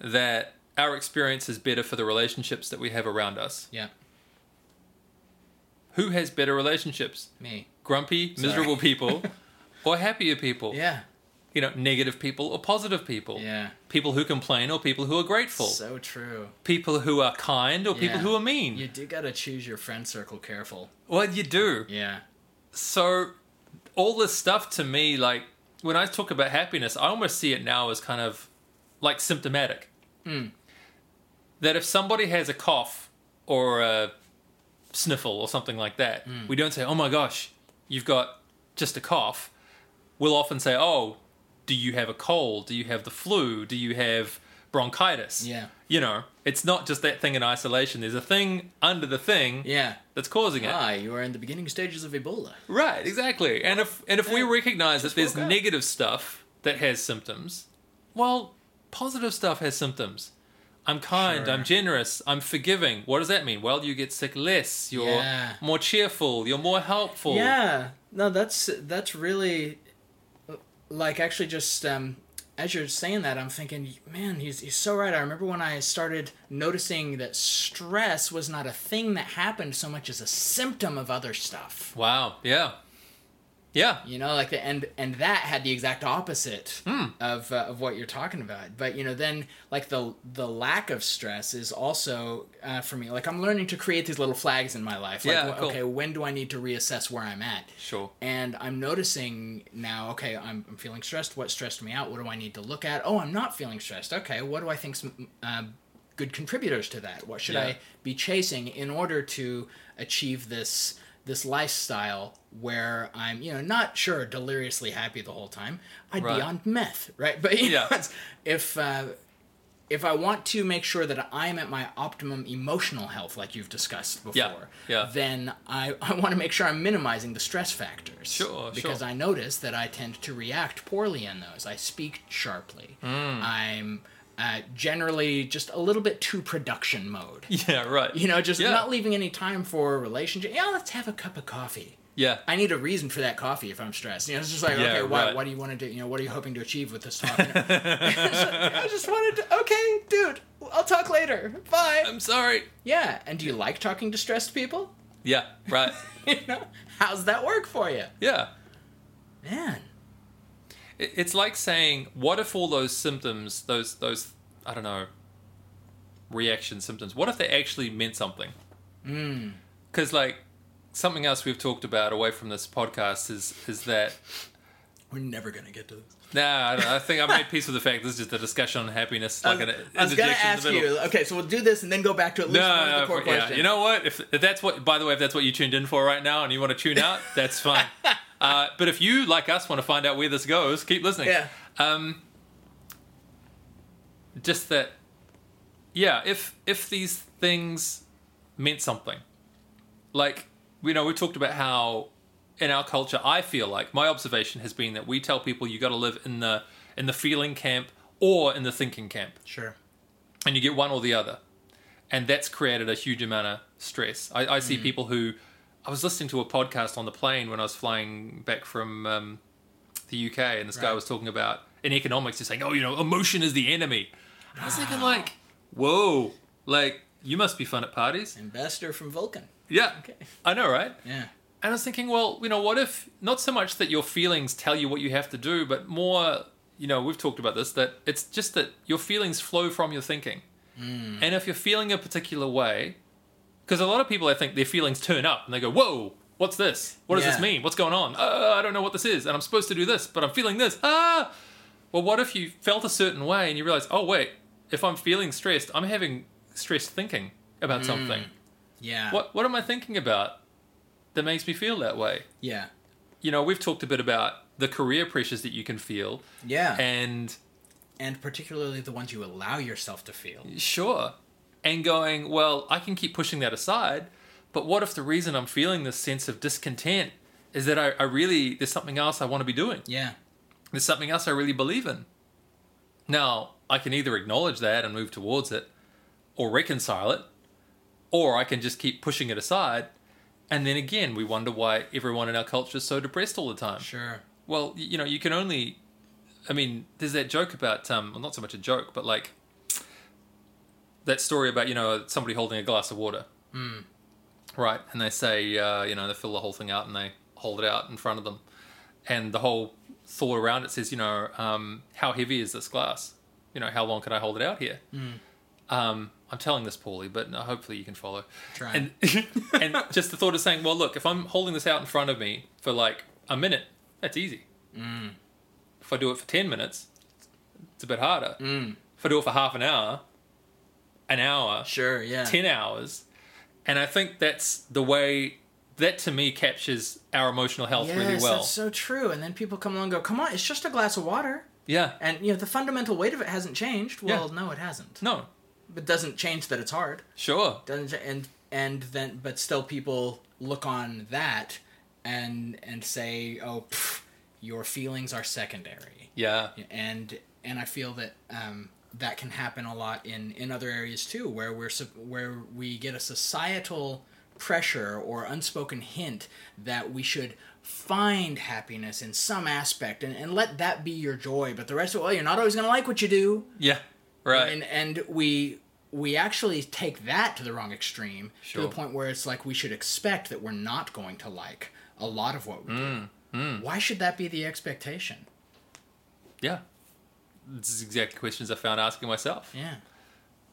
Speaker 1: that our experience is better for the relationships that we have around us
Speaker 2: Yeah.
Speaker 1: who has better relationships
Speaker 2: Me.
Speaker 1: grumpy miserable people or happier people
Speaker 2: Yeah.
Speaker 1: you know negative people or positive people
Speaker 2: Yeah.
Speaker 1: people who complain or people who are grateful
Speaker 2: So true.
Speaker 1: people who are kind or people
Speaker 2: Yeah.
Speaker 1: who are mean
Speaker 2: You do gotta choose your friend circle careful.
Speaker 1: Well, you do.
Speaker 2: Yeah.
Speaker 1: So, all this stuff to me, like when I talk about happiness, I almost see it now as kind of like symptomatic.
Speaker 2: Hmm.
Speaker 1: That if somebody has a cough or a sniffle or something like that,
Speaker 2: Hmm.
Speaker 1: we don't say, "Oh my gosh, you've got just a cough." We'll often say, "Oh, do you have a cold? Do you have the flu? Do you have bronchitis?"
Speaker 2: Yeah.
Speaker 1: You know, it's not just that thing in isolation. There's a thing under the thing
Speaker 2: Yeah.
Speaker 1: that's causing it.
Speaker 2: Ah, you are in the beginning stages of Ebola.
Speaker 1: Right, exactly. And if and if we recognize that there's
Speaker 2: woke up.
Speaker 1: negative stuff that has symptoms, well, positive stuff has symptoms. I'm kind,
Speaker 2: Sure.
Speaker 1: I'm generous, I'm forgiving. What does that mean? Well, you get sick less, you're
Speaker 2: Yeah.
Speaker 1: more cheerful, you're more helpful.
Speaker 2: Yeah. No, that's that's really like actually just um as you're saying that I'm thinking, man, he's he's so right. I remember when I started noticing that stress was not a thing that happened so much as a symptom of other stuff.
Speaker 1: Wow. Yeah. Yeah.
Speaker 2: you know like the and and that had the exact opposite
Speaker 1: Hmm.
Speaker 2: of uh, of what you're talking about but you know then like the the lack of stress is also uh, for me like i'm learning to create these little flags in my life like
Speaker 1: Yeah,
Speaker 2: wh-
Speaker 1: cool.
Speaker 2: okay when do i need to reassess where i'm at
Speaker 1: Sure.
Speaker 2: and i'm noticing now okay I'm, I'm feeling stressed what stressed me out what do i need to look at oh i'm not feeling stressed okay what do i think's mm, um, good contributors to that what should
Speaker 1: Yeah.
Speaker 2: i be chasing in order to achieve this this lifestyle where I'm, you know, not sure deliriously happy the whole time. I'd
Speaker 1: Right.
Speaker 2: be on meth, right? But you know,
Speaker 1: Yeah.
Speaker 2: it's- if uh, if I want to make sure that I'm at my optimum emotional health, like you've discussed before,
Speaker 1: Yeah, yeah.
Speaker 2: then I, I want to make sure I'm minimizing the stress factors.
Speaker 1: Sure,
Speaker 2: Because
Speaker 1: sure.
Speaker 2: I notice that I tend to react poorly in those. I speak sharply.
Speaker 1: Hmm.
Speaker 2: I'm uh, generally just a little bit too production mode.
Speaker 1: Yeah, right.
Speaker 2: You know, just
Speaker 1: Yeah.
Speaker 2: not leaving any time for a relationship. Yeah, let's have a cup of coffee.
Speaker 1: Yeah.
Speaker 2: I need a reason for that coffee if I'm stressed. You know, it's just like,
Speaker 1: Yeah,
Speaker 2: okay, why,
Speaker 1: right.
Speaker 2: what do you want to do? You know, what are you hoping to achieve with this talk? You know? I just wanted to, okay, dude, I'll talk later. Bye.
Speaker 1: I'm sorry.
Speaker 2: Yeah. And do you like talking to stressed people?
Speaker 1: Yeah, right.
Speaker 2: You know, how's that work for you?
Speaker 1: yeah.
Speaker 2: Man.
Speaker 1: It- It's like saying, what if all those symptoms, those those I don't know, reaction symptoms, what if they actually meant something?
Speaker 2: Hmm.
Speaker 1: Because like something else we've talked about away from this podcast is is that
Speaker 2: We're never gonna get to this.
Speaker 1: Nah, I, don't- I think I made peace with the fact this is just a discussion on happiness, like an
Speaker 2: I was
Speaker 1: interjection
Speaker 2: gonna
Speaker 1: in
Speaker 2: ask
Speaker 1: the middle.
Speaker 2: you. Okay, so we'll do this and then go back to at least one of the core
Speaker 1: for-
Speaker 2: questions.
Speaker 1: You know what? If, if that's what, by the way, if that's what you tuned in for right now, and you want to tune out, that's fine. uh, but if you, like us, want to find out where this goes, keep listening.
Speaker 2: Yeah.
Speaker 1: Um, just that. Yeah. If if these things meant something, like you know, we talked about how in our culture, I feel like my observation has been that we tell people you got to live in the in the feeling camp or in the thinking camp
Speaker 2: Sure.
Speaker 1: and you get one or the other. And that's created a huge amount of stress. I, I
Speaker 2: Mm.
Speaker 1: see people who, I was listening to a podcast on the plane when I was flying back from um, the UK, and this guy
Speaker 2: Right.
Speaker 1: was talking about in economics, he's saying, "Oh, you know, emotion is the enemy." And I was
Speaker 2: Ah.
Speaker 1: thinking, like, whoa, like you must be fun at parties.
Speaker 2: Investor from Vulcan.
Speaker 1: Yeah,
Speaker 2: Okay.
Speaker 1: I know, right?
Speaker 2: Yeah.
Speaker 1: And I was thinking, well, you know, what if not so much that your feelings tell you what you have to do, but more, you know, we've talked about this, that it's just that your feelings flow from your thinking. And if you're feeling a particular way, because a lot of people, I think, their feelings turn up and they go, whoa, what's this? What does
Speaker 2: Yeah.
Speaker 1: this mean? What's going on? Uh, I don't know what this is. And I'm supposed to do this, but I'm feeling this. Ah! Well, what if you felt a certain way and you realize, oh, wait, if I'm feeling stressed, I'm having stressed thinking about something.
Speaker 2: Yeah.
Speaker 1: What, what am I thinking about that makes me feel that way?
Speaker 2: Yeah.
Speaker 1: you know, we've talked a bit about the career pressures that you can feel.
Speaker 2: Yeah. And,
Speaker 1: And
Speaker 2: particularly the ones you allow yourself to feel.
Speaker 1: sure. And going, well, I can keep pushing that aside, but what if the reason I'm feeling this sense of discontent is that I, I really, there's something else I want to be doing?
Speaker 2: Yeah.
Speaker 1: There's something else I really believe in. Now, I can either acknowledge that and move towards it, or reconcile it, or I can just keep pushing it aside. And then again, we wonder why everyone in our culture is so depressed all the time.
Speaker 2: Sure.
Speaker 1: Well, y- you know, you can only. I mean, there's that joke about um, well, not so much a joke, but like that story about you know somebody holding a glass of water, mm. right? And they say uh, you know they fill the whole thing out and they hold it out in front of them, and the whole thought around it says you know um, how heavy is this glass? You know how long can I hold it out here? Um, I'm telling this poorly, but no, hopefully you can follow.
Speaker 2: Trying.
Speaker 1: And and just the thought of saying, well, look, if I'm holding this out in front of me for like a minute, that's easy.
Speaker 2: Mm.
Speaker 1: If I do it for 10 minutes, it's a bit harder.
Speaker 2: Mm.
Speaker 1: If I do it for half an hour, an hour,
Speaker 2: Sure. Yeah.
Speaker 1: 10 hours. And I think that's the way that to me captures our emotional health
Speaker 2: yes,
Speaker 1: really well.
Speaker 2: that's so true. And then people come along and go, "Come on, it's just a glass of water."
Speaker 1: Yeah.
Speaker 2: And you know the fundamental weight of it hasn't changed. Well, no, it hasn't.
Speaker 1: No,
Speaker 2: It doesn't change that it's hard.
Speaker 1: sure.
Speaker 2: doesn't cha- and and then but still people look on that and and say oh pff, your feelings are secondary
Speaker 1: Yeah.
Speaker 2: and and i feel that um that can happen a lot in in other areas too where we're sup- where we get a societal pressure or unspoken hint that we should find happiness in some aspect and, and let that be your joy but the rest of it well you're not always going to like what you do
Speaker 1: Yeah. Right.
Speaker 2: and and we we actually take that to the wrong extreme to
Speaker 1: Sure.
Speaker 2: the point where it's like we should expect that we're not going to like a lot of what we
Speaker 1: Mm,
Speaker 2: do. Why should that be the expectation?
Speaker 1: yeah. This is exactly questions I found asking myself.
Speaker 2: Yeah,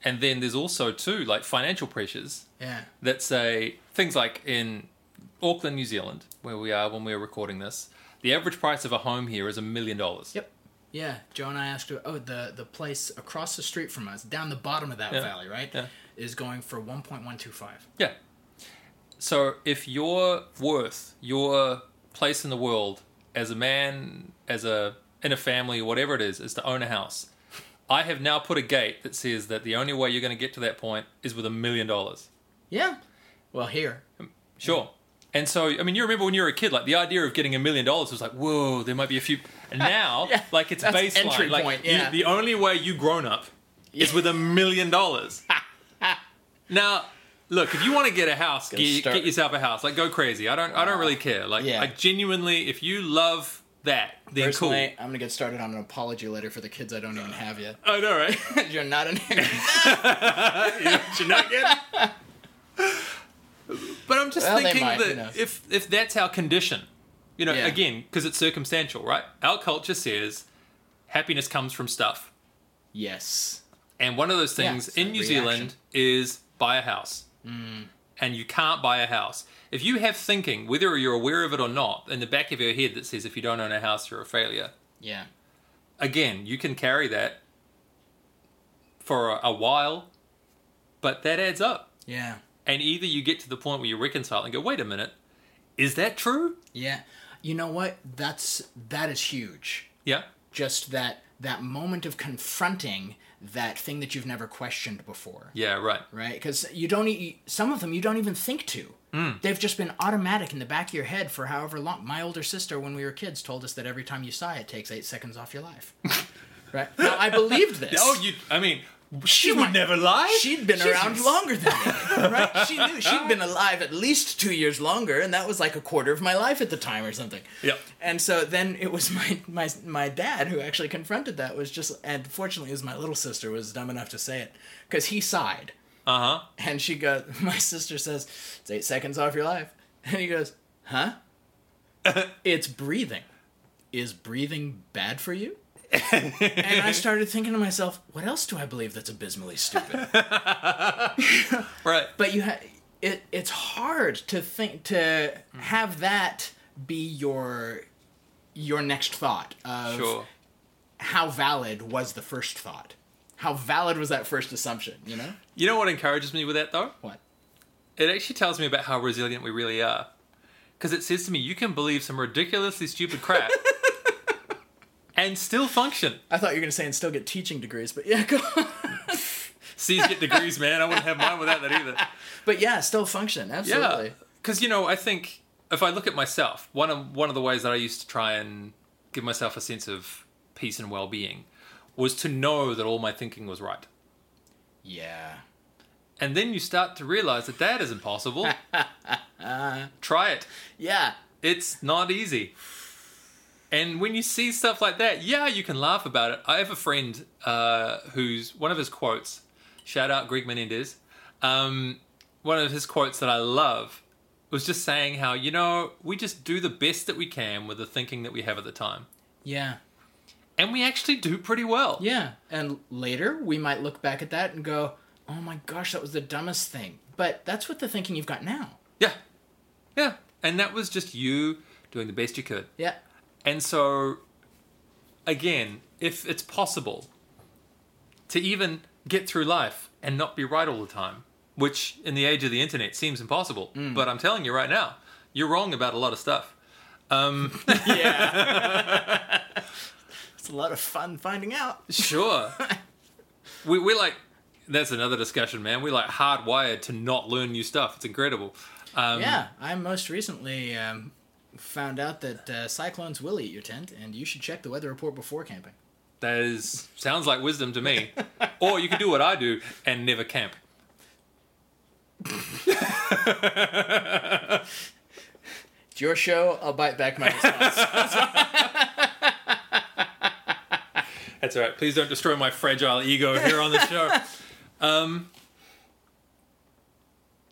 Speaker 1: And then there's also too like financial pressures
Speaker 2: yeah,
Speaker 1: that say things like in Auckland, New Zealand, where we are when we are recording this, the average price of a home here is a million dollars.
Speaker 2: yep, yeah. Joe and I asked. her- Oh, the the place across the street from us, down the bottom of that
Speaker 1: Yeah,
Speaker 2: valley, right,
Speaker 1: yeah.
Speaker 2: is going for one point one two five.
Speaker 1: Yeah. So if your worth, your place in the world as a man, as a in a family, whatever it is, is to own a house. I have now put a gate that says that the only way you're going to get to that point is with a million dollars.
Speaker 2: Yeah. Well, here.
Speaker 1: Sure. And so, I mean, you remember when you were a kid, like the idea of getting a million dollars was like, whoa, there might be a few. And now,
Speaker 2: Yeah,
Speaker 1: like, it's
Speaker 2: that's
Speaker 1: baseline.
Speaker 2: entry
Speaker 1: like,
Speaker 2: point,
Speaker 1: you-
Speaker 2: yeah.
Speaker 1: the only way you grown up is with a million dollars. Now, look, if you want to get a house, get,
Speaker 2: start-
Speaker 1: get yourself a house. Like, go crazy. I don't, I don't really care. Like,
Speaker 2: Yeah.
Speaker 1: I genuinely, if you love that, then
Speaker 2: Personally,
Speaker 1: cool.
Speaker 2: I'm gonna get started on an apology letter for the kids I don't even have yet.
Speaker 1: I know, right?
Speaker 2: You're not an.
Speaker 1: You're not getting- But I'm just
Speaker 2: Well, they
Speaker 1: thinking
Speaker 2: might,
Speaker 1: that
Speaker 2: who knows?
Speaker 1: if if that's our condition, you know,
Speaker 2: Yeah.
Speaker 1: again, because it's circumstantial, right? Our culture says happiness comes from stuff,
Speaker 2: yes.
Speaker 1: and one of those things
Speaker 2: it's
Speaker 1: in
Speaker 2: a
Speaker 1: New
Speaker 2: reaction. Mm.
Speaker 1: Zealand is buy a house. and you can't buy a house. If you have thinking, whether you're aware of it or not, in the back of your head that says if you don't own a house, you're a failure,
Speaker 2: Yeah.
Speaker 1: again, you can carry that for a, a while, but that adds up.
Speaker 2: Yeah.
Speaker 1: And either you get to the point where you reconcile and go, wait a minute, is that true?
Speaker 2: Yeah. You know what? That's that is huge.
Speaker 1: Yeah.
Speaker 2: Just that that moment of confronting that thing that you've never questioned before.
Speaker 1: Yeah, right.
Speaker 2: Right? Cuz you don't e- some of them you don't even think to. They've just been automatic in the back of your head for however long. My older sister when we were kids told us that every time you sigh it takes 8 seconds off your life. right? Now I believed this.
Speaker 1: Oh, you, I mean, she
Speaker 2: She's
Speaker 1: would
Speaker 2: my-
Speaker 1: never lie.
Speaker 2: She'd been around
Speaker 1: Jesus.
Speaker 2: longer than me, right? She knew she'd been alive at least two years longer, and that was like a quarter of my life at the time or something.
Speaker 1: Yep.
Speaker 2: And so then it was my my my dad who actually confronted that was just, and fortunately, it was my little sister was dumb enough to say it because he sighed,
Speaker 1: Uh huh.
Speaker 2: and she goes, my sister says, "It's eight seconds off your life," and he goes, "Huh? it's breathing. Is breathing bad for you?" and I started thinking to myself, what else do I believe that's abysmally stupid?
Speaker 1: Right.
Speaker 2: but you ha- it it's hard to think to
Speaker 1: Mm.
Speaker 2: have that be your your next thought of
Speaker 1: Sure.
Speaker 2: how valid was the first thought how valid was that first assumption you know
Speaker 1: You know what encourages me with that though?
Speaker 2: what
Speaker 1: It actually tells me about how resilient we really are. Because it says to me, you can believe some ridiculously stupid crap and still function.
Speaker 2: i thought you were going to say and still get teaching degrees but yeah go on.
Speaker 1: C's get degrees, man. I wouldn't have mine without that either.
Speaker 2: but yeah still function absolutely
Speaker 1: Yeah. Because, you know, I think if I look at myself, one of, one of the ways that I used to try and give myself a sense of peace and well being was to know that all my thinking was right.
Speaker 2: yeah
Speaker 1: And then you start to realize that that is impossible. Try it.
Speaker 2: yeah
Speaker 1: It's not easy. And when you see stuff like that, yeah, you can laugh about it. I have a friend uh, who's one of his quotes, shout out Greg Menendez. Um, one of his quotes that I love was just saying how, you know, we just do the best that we can with the thinking that we have at the time.
Speaker 2: yeah
Speaker 1: And we actually do pretty well.
Speaker 2: yeah and later we might look back at that and go oh my gosh that was the dumbest thing but that's what the thinking you've got now
Speaker 1: Yeah. Yeah. And that was just you doing the best you could.
Speaker 2: yeah
Speaker 1: And so, again, if it's possible to even get through life and not be right all the time, which in the age of the internet seems impossible, but I'm telling you right now, you're wrong about a lot of stuff. Um,
Speaker 2: Yeah. it's a lot of fun finding out.
Speaker 1: sure. we, we're like, that's another discussion, man. We're like hardwired to not learn new stuff. It's incredible. Um,
Speaker 2: Yeah, I most recently um, found out that uh, cyclones will eat your tent, and you should check the weather report before camping.
Speaker 1: That is, sounds like wisdom to me. or you could do what I do and never camp.
Speaker 2: It's your show. I'll bite back my response.
Speaker 1: That's all right. Please don't destroy my fragile ego here on the show. um,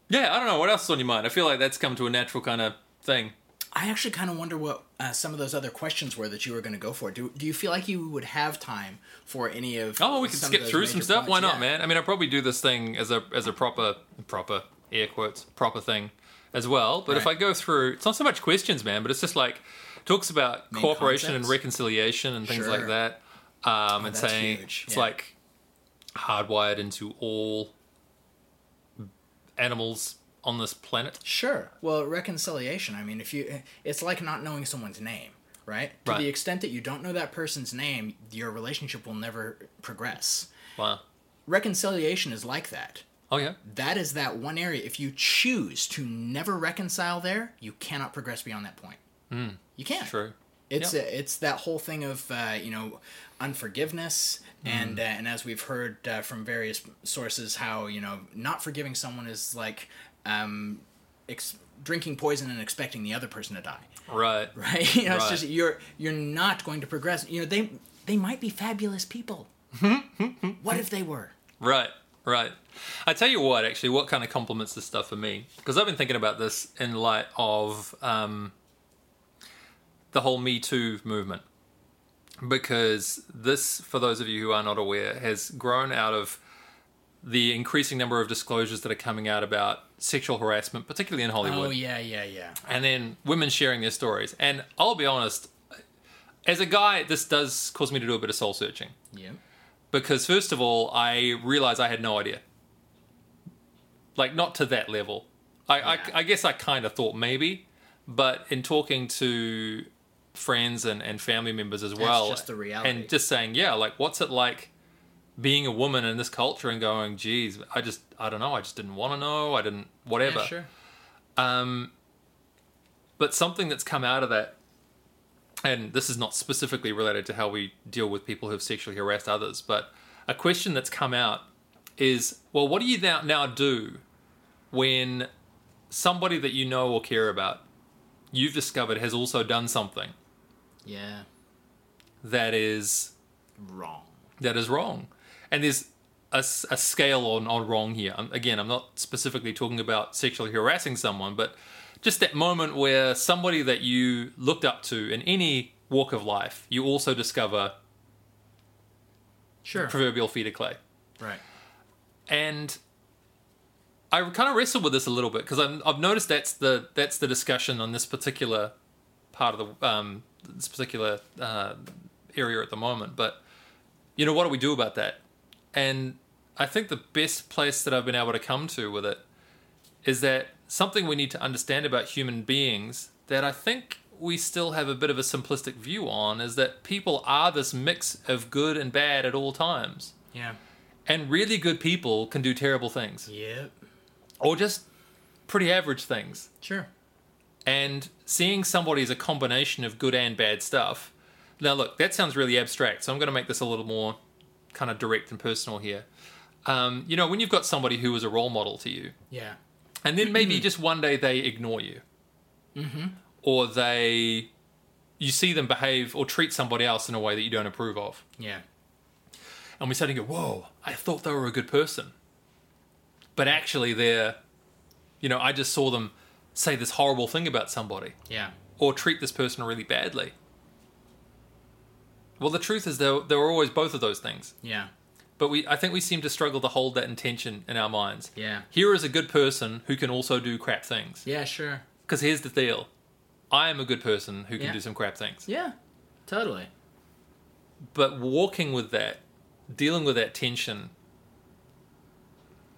Speaker 1: yeah, I don't know what else is on your mind. I feel like that's come to a natural kind of thing.
Speaker 2: I actually kind of wonder what uh, some of those other questions were that you were going to go for. Do Do you feel like you would have time for any of?
Speaker 1: Oh, we could
Speaker 2: some of
Speaker 1: skip
Speaker 2: those
Speaker 1: through some
Speaker 2: major
Speaker 1: stuff. Why not,
Speaker 2: points? Yeah.
Speaker 1: man? I mean, I probably do this thing as a as a proper proper air quotes proper thing as well. But if I
Speaker 2: Right.
Speaker 1: go through, it's not so much questions, man, but it's just like talks about
Speaker 2: Main
Speaker 1: cooperation and
Speaker 2: concepts.
Speaker 1: reconciliation and things like
Speaker 2: Sure. Oh,
Speaker 1: that. Um, and
Speaker 2: that's
Speaker 1: saying
Speaker 2: huge.
Speaker 1: it's
Speaker 2: Yeah.
Speaker 1: like hardwired into all animals on this planet.
Speaker 2: Sure. Well, reconciliation. I mean, if you, it's like not knowing someone's name, right? To
Speaker 1: Right.
Speaker 2: the extent that you don't know that person's name, your relationship will never progress.
Speaker 1: Wow.
Speaker 2: Reconciliation is like that.
Speaker 1: Oh yeah.
Speaker 2: That is that one area. If you choose to never reconcile there, you cannot progress beyond that point. You can't.
Speaker 1: Hmm. True.
Speaker 2: It's
Speaker 1: Yeah.
Speaker 2: it's that whole thing of uh, you know unforgiveness and uh, and as we've heard uh, from various sources how you know not forgiving someone is like um, ex- drinking poison and expecting the other person to die
Speaker 1: Right.
Speaker 2: right you know it's
Speaker 1: Right.
Speaker 2: just you're you're not going to progress you know they they might be fabulous people what if they were
Speaker 1: Right. Right. I tell you what, actually, what kind of complements this stuff for me? Because I've been thinking about this in light of um, the whole Me Too movement. Because this, for those of you who are not aware, has grown out of the increasing number of disclosures that are coming out about sexual harassment, particularly in Hollywood.
Speaker 2: Oh yeah, yeah, yeah.
Speaker 1: and then women sharing their stories. And I'll be honest, as a guy, this does cause me to do a bit of soul searching
Speaker 2: Yeah.
Speaker 1: because first of all, I realized I had no idea. Like not to that level. I
Speaker 2: Yeah.
Speaker 1: I, I guess I kind of thought maybe, but in talking to friends and, and family members as well,
Speaker 2: just the reality.
Speaker 1: and just saying, yeah, like what's it like being a woman in this culture and going, geez, I just I don't know, I just didn't want to know, I didn't whatever.
Speaker 2: Yeah, sure.
Speaker 1: But something that's come out of that, and this is not specifically related to how we deal with people who've sexually harassed others, but a question that's come out is well, what do you now, now do when somebody that you know or care about you've discovered has also done something
Speaker 2: Yeah.
Speaker 1: that is
Speaker 2: Wrong.
Speaker 1: that is wrong. And there's a, s- a scale on, on wrong here. Um again, I'm not specifically talking about sexually harassing someone, but just that moment where somebody that you looked up to in any walk of life, you also discover
Speaker 2: Sure.
Speaker 1: proverbial feet of clay.
Speaker 2: Right.
Speaker 1: And I kind of wrestled with this a little bit because I've, I've noticed that's the that's the discussion on this particular part of the um, this particular uh, area at the moment. But you know, what do we do about that? And I think the best place that I've been able to come to with it is that something we need to understand about human beings that I think we still have a bit of a simplistic view on is that people are this mix of good and bad at all times.
Speaker 2: Yeah.
Speaker 1: And really good people can do terrible things
Speaker 2: Yep.
Speaker 1: or just pretty average things.
Speaker 2: Sure.
Speaker 1: And seeing somebody as a combination of good and bad stuff. Now, look, that sounds really abstract, so I'm going to make this a little more kind of direct and personal here. Um, you know, when you've got somebody who is a role model to you,
Speaker 2: Yeah.
Speaker 1: and then maybe just one day they ignore you, or they you see them behave or treat somebody else in a way that you don't approve of,
Speaker 2: Yeah.
Speaker 1: and we suddenly go, "Whoa, I thought they were a good person," but actually they're, you know, I just saw them say this horrible thing about somebody
Speaker 2: Yeah.
Speaker 1: or treat this person really badly. Well, the truth is there there were always both of those things,
Speaker 2: Yeah.
Speaker 1: but we I think we seem to struggle to hold that intention in our minds.
Speaker 2: Yeah.
Speaker 1: Here is a good person who can also do crap things.
Speaker 2: Yeah. Sure.
Speaker 1: Because here's the deal I am a good person who can
Speaker 2: Yeah.
Speaker 1: do some crap things.
Speaker 2: Yeah. Totally.
Speaker 1: But walking with that, dealing with that tension,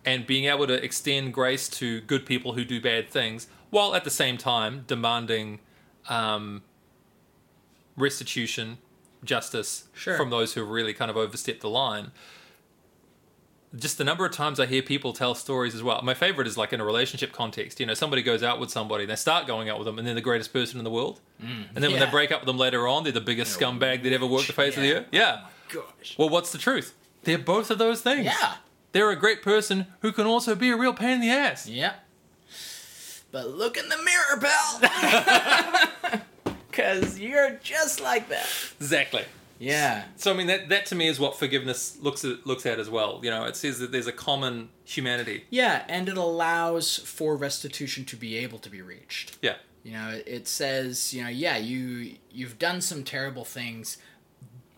Speaker 1: and being able to extend grace to good people who do bad things, while at the same time demanding um, restitution, justice
Speaker 2: Sure.
Speaker 1: from those who have really kind of overstepped the line. Just the number of times I hear people tell stories as well. My favorite is like in a relationship context. You know, somebody goes out with somebody, they start going out with them, and they're the greatest person in the world. and then when
Speaker 2: Mm. Yeah.
Speaker 1: they break up with them later on, they're the biggest
Speaker 2: They're
Speaker 1: scumbag that ever walked the face of the
Speaker 2: Yeah.
Speaker 1: earth. Yeah.
Speaker 2: Gosh.
Speaker 1: Well, what's the truth? They're both of those things.
Speaker 2: Yeah.
Speaker 1: They're a great person who can also be a real pain in the ass.
Speaker 2: Yeah. But look in the mirror, pal. Cause you're just like that.
Speaker 1: Exactly.
Speaker 2: Yeah.
Speaker 1: So I mean that that to me is what forgiveness looks at, looks at as well. You know, it says that there's a common humanity.
Speaker 2: Yeah, and it allows for restitution to be able to be reached.
Speaker 1: Yeah.
Speaker 2: You know, it- it says, you know, yeah, you you've done some terrible things,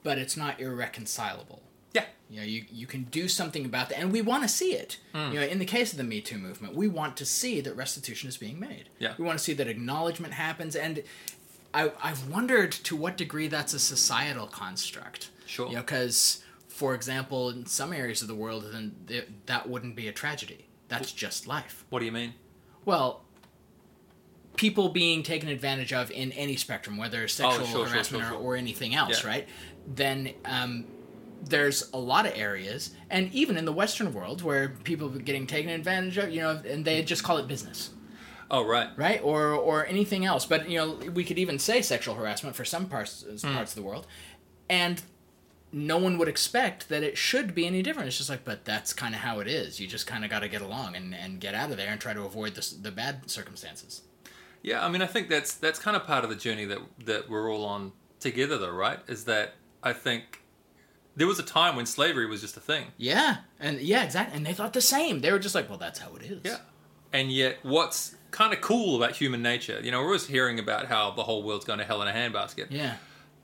Speaker 2: but it's not irreconcilable.
Speaker 1: Yeah.
Speaker 2: You know, you, you can do something about that, and we want to see it.
Speaker 1: Mm.
Speaker 2: You know, in the case of the Me Too movement, we want to see that restitution is being made.
Speaker 1: Yeah.
Speaker 2: We want to see that acknowledgement happens, and I, I've wondered to what degree that's a societal construct.
Speaker 1: Sure.
Speaker 2: You know, because, for example, in some areas of the world, then th- that wouldn't be a tragedy. That's just life.
Speaker 1: What do you mean?
Speaker 2: Well, people being taken advantage of in any spectrum, whether sexual
Speaker 1: Oh, sure, sure,
Speaker 2: harassment
Speaker 1: sure,
Speaker 2: Or,
Speaker 1: sure.
Speaker 2: or anything else,
Speaker 1: Yeah.
Speaker 2: right? Then um, there's a lot of areas, and even in the Western world, where people are getting taken advantage of, you know, and they just call it business,
Speaker 1: Oh right.
Speaker 2: right? Or or anything else. But you know, we could even say sexual harassment for some parts
Speaker 1: Hmm.
Speaker 2: parts of the world, and no one would expect that it should be any different. It's just like, but that's kind of how it is. You just kind of got to get along and, and get out of there and try to avoid the, s- the bad circumstances.
Speaker 1: Yeah, I mean, I think that's that's kind of part of the journey that that we're all on together, though, right? Is that I think there was a time when slavery was just a thing.
Speaker 2: Yeah, and yeah, exactly. And they thought the same. They were just like, well, that's how it is.
Speaker 1: And yet, what's kind of cool about human nature, you know, we're always hearing about how the whole world's going to hell in a handbasket.
Speaker 2: Yeah.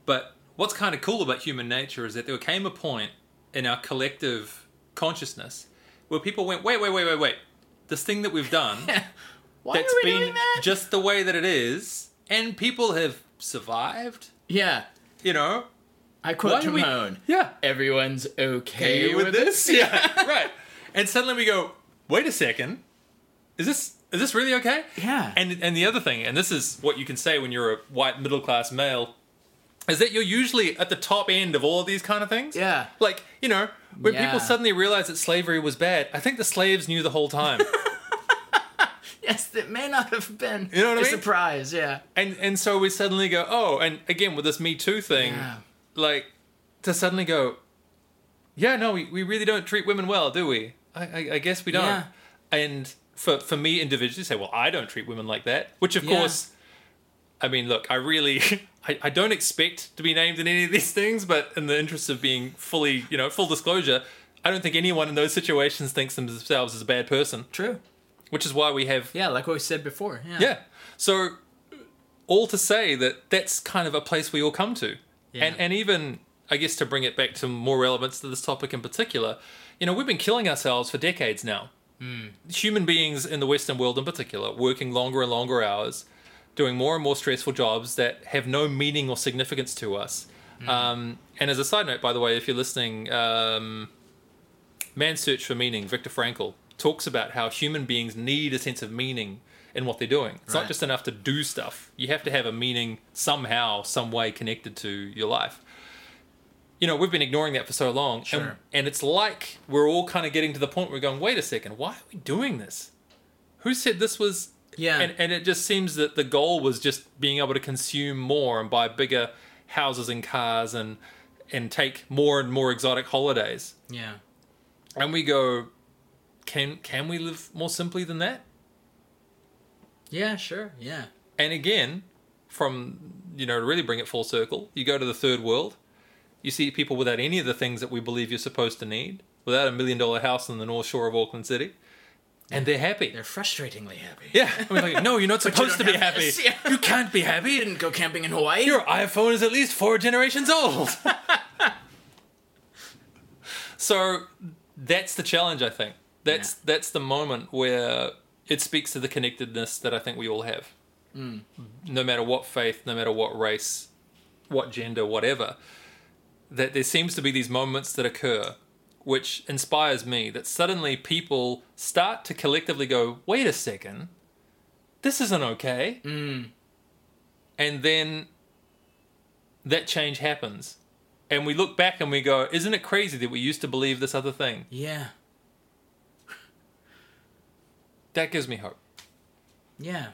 Speaker 1: But what's kind of cool about human nature is that there came a point in our collective consciousness where people went, wait, wait, wait, wait, wait. This thing that we've done
Speaker 2: Why
Speaker 1: that's
Speaker 2: are we
Speaker 1: been
Speaker 2: doing that?
Speaker 1: just the way that it is, and people have survived.
Speaker 2: yeah.
Speaker 1: You know,
Speaker 2: I quote
Speaker 1: Why do we-
Speaker 2: Timon.
Speaker 1: yeah.
Speaker 2: Everyone's okay
Speaker 1: You
Speaker 2: with, this.
Speaker 1: yeah, right. And suddenly we go, wait a second, is this is this really okay?
Speaker 2: Yeah.
Speaker 1: And and the other thing, and this is what you can say when you're a white middle class male, is that you're usually at the top end of all of these kind of things.
Speaker 2: Yeah.
Speaker 1: Like you know, when
Speaker 2: Yeah.
Speaker 1: people suddenly realize that slavery was bad, I think the slaves knew the whole time.
Speaker 2: Yes, that may not have been
Speaker 1: You know what
Speaker 2: a
Speaker 1: I mean?
Speaker 2: surprise. Yeah.
Speaker 1: and and so we suddenly go oh and again with this me too thing
Speaker 2: Yeah.
Speaker 1: like to suddenly go yeah no we, we really don't treat women well do we i i, I guess we don't
Speaker 2: Yeah.
Speaker 1: and for for me individually say well i don't treat women like that which of
Speaker 2: Yeah.
Speaker 1: course i mean look i really I, I don't expect to be named in any of these things but in the interest of being fully you know full disclosure i don't think anyone in those situations thinks themselves as a bad person
Speaker 2: True.
Speaker 1: which is why we have
Speaker 2: Yeah, like what we said before. Yeah.
Speaker 1: yeah. So all to say that that's kind of a place we all come to.
Speaker 2: Yeah.
Speaker 1: And and even I guess to bring it back to more relevance to this topic in particular, you know, we've been killing ourselves for decades now.
Speaker 2: Hmm.
Speaker 1: Human beings in the western world in particular, working longer and longer hours, doing more and more stressful jobs that have no meaning or significance to us.
Speaker 2: Mm.
Speaker 1: Um, and as a side note, by the way, if you're listening, um, Man's Search for Meaning, Viktor Frankl, talks about how human beings need a sense of meaning in what they're doing. It's
Speaker 2: Right.
Speaker 1: not just enough to do stuff, you have to have a meaning somehow, some way connected to your life. You know, we've been ignoring that for so long. And,
Speaker 2: Sure.
Speaker 1: and it's like we're all kind of getting to the point where we're going, wait a second, why are we doing this? Who said this was.
Speaker 2: Yeah.
Speaker 1: And, and it just seems that the goal was just being able to consume more and buy bigger houses and cars and and take more and more exotic holidays
Speaker 2: Yeah.
Speaker 1: and we go can can we live more simply than that
Speaker 2: Yeah, sure. Yeah.
Speaker 1: and again from you know to really bring it full circle you go to the third world you see people without any of the things that we believe you're supposed to need without a million dollar house on the north shore of auckland city and they're happy
Speaker 2: They're frustratingly happy.
Speaker 1: yeah and we're like no you're not
Speaker 2: you
Speaker 1: supposed
Speaker 2: don't
Speaker 1: to be
Speaker 2: have
Speaker 1: happy
Speaker 2: this, yeah.
Speaker 1: you can't be happy
Speaker 2: Didn't go camping in Hawaii.
Speaker 1: your iPhone is at least four generations old. so that's the challenge, I think. That's that's the moment where it speaks to the connectedness that I think we all have. No matter what faith, no matter what race, what gender, whatever, that there seems to be these moments that occur which inspires me that suddenly people start to collectively go, wait a second, this isn't okay. And then that change happens. And we look back and we go, isn't it crazy that we used to believe this other thing?
Speaker 2: Yeah.
Speaker 1: That gives me hope.
Speaker 2: Yeah.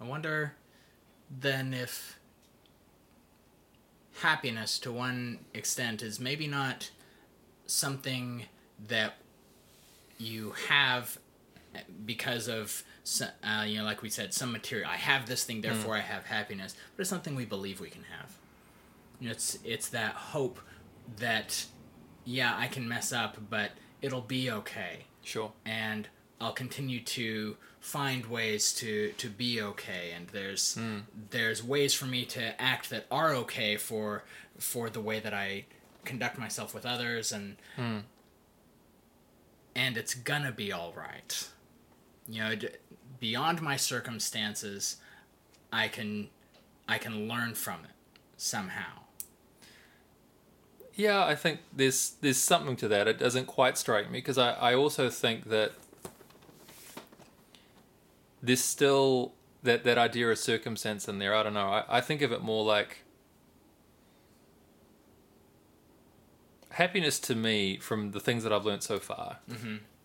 Speaker 2: I wonder then if happiness to one extent is maybe not something that you have because of so- uh, you know like we said some material i have this thing therefore i have happiness but it's something we believe we can have You know, it's it's that hope that yeah i can mess up but it'll be okay
Speaker 1: Sure.
Speaker 2: and I'll continue to find ways to to be okay and there's
Speaker 1: Hmm.
Speaker 2: there's ways for me to act that are okay for for the way that I conduct myself with others and
Speaker 1: Hmm.
Speaker 2: and it's gonna be all right you know d- beyond my circumstances I can I can learn from it somehow
Speaker 1: Yeah, I think there's there's something to that. It doesn't quite strike me because I, I also think that there's still that, that idea of circumstance in there. I don't know. I, I think of it more like happiness to me from the things that I've learned so far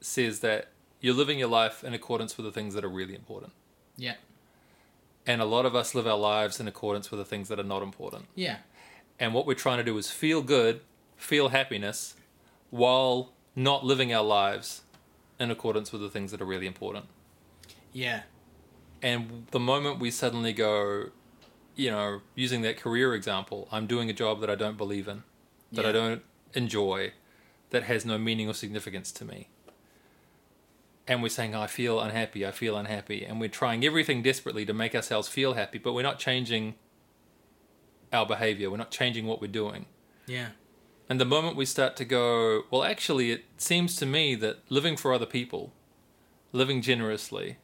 Speaker 1: says that you're living your life in accordance with the things that are really important.
Speaker 2: yeah
Speaker 1: And a lot of us live our lives in accordance with the things that are not important.
Speaker 2: yeah
Speaker 1: And what we're trying to do is feel good, feel happiness, while not living our lives in accordance with the things that are really important.
Speaker 2: yeah
Speaker 1: And the moment we suddenly go, you know, using that career example, I'm doing a job that I don't believe in, that
Speaker 2: Yeah.
Speaker 1: I don't enjoy, that has no meaning or significance to me. And we're saying, I feel unhappy, I feel unhappy. And we're trying everything desperately to make ourselves feel happy, but we're not changing our behavior, we're not changing what we're doing
Speaker 2: yeah
Speaker 1: And the moment we start to go, well, actually, it seems to me that living for other people, living generously,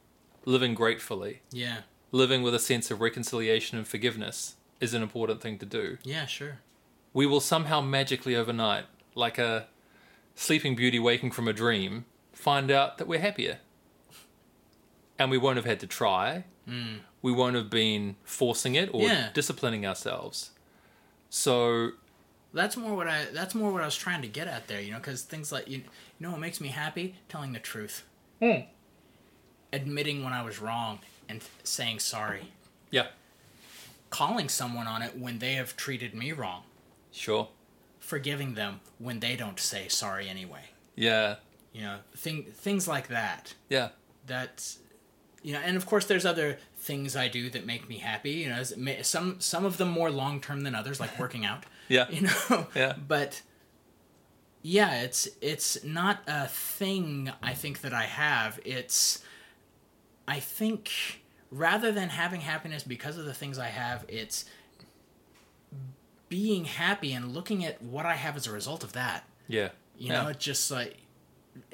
Speaker 1: living gratefully,
Speaker 2: Yeah.
Speaker 1: living with a sense of reconciliation and forgiveness is an important thing to do.
Speaker 2: Yeah, sure.
Speaker 1: We will somehow magically overnight, like a sleeping beauty waking from a dream, find out that we're happier. And we won't have had to try. We won't have been forcing it or
Speaker 2: Yeah.
Speaker 1: disciplining ourselves. So,
Speaker 2: That's more what I that's more what I was trying to get at there, you know, cuz things like you, you know what makes me happy? Telling the truth. Admitting when I was wrong and saying sorry.
Speaker 1: yeah,
Speaker 2: Calling someone on it when they have treated me wrong.
Speaker 1: sure.
Speaker 2: Forgiving them when they don't say sorry anyway.
Speaker 1: Yeah,
Speaker 2: You know, thing things like that.
Speaker 1: yeah,
Speaker 2: that's you know and of course there's other things i do that make me happy you know as- ma- some some of them more long term than others like working out
Speaker 1: yeah,
Speaker 2: you know
Speaker 1: Yeah.
Speaker 2: but yeah it's it's not a thing i think that i have it's i think rather than having happiness because of the things i have it's being happy and looking at what i have as a result of that
Speaker 1: yeah.
Speaker 2: you
Speaker 1: yeah.
Speaker 2: know it's just like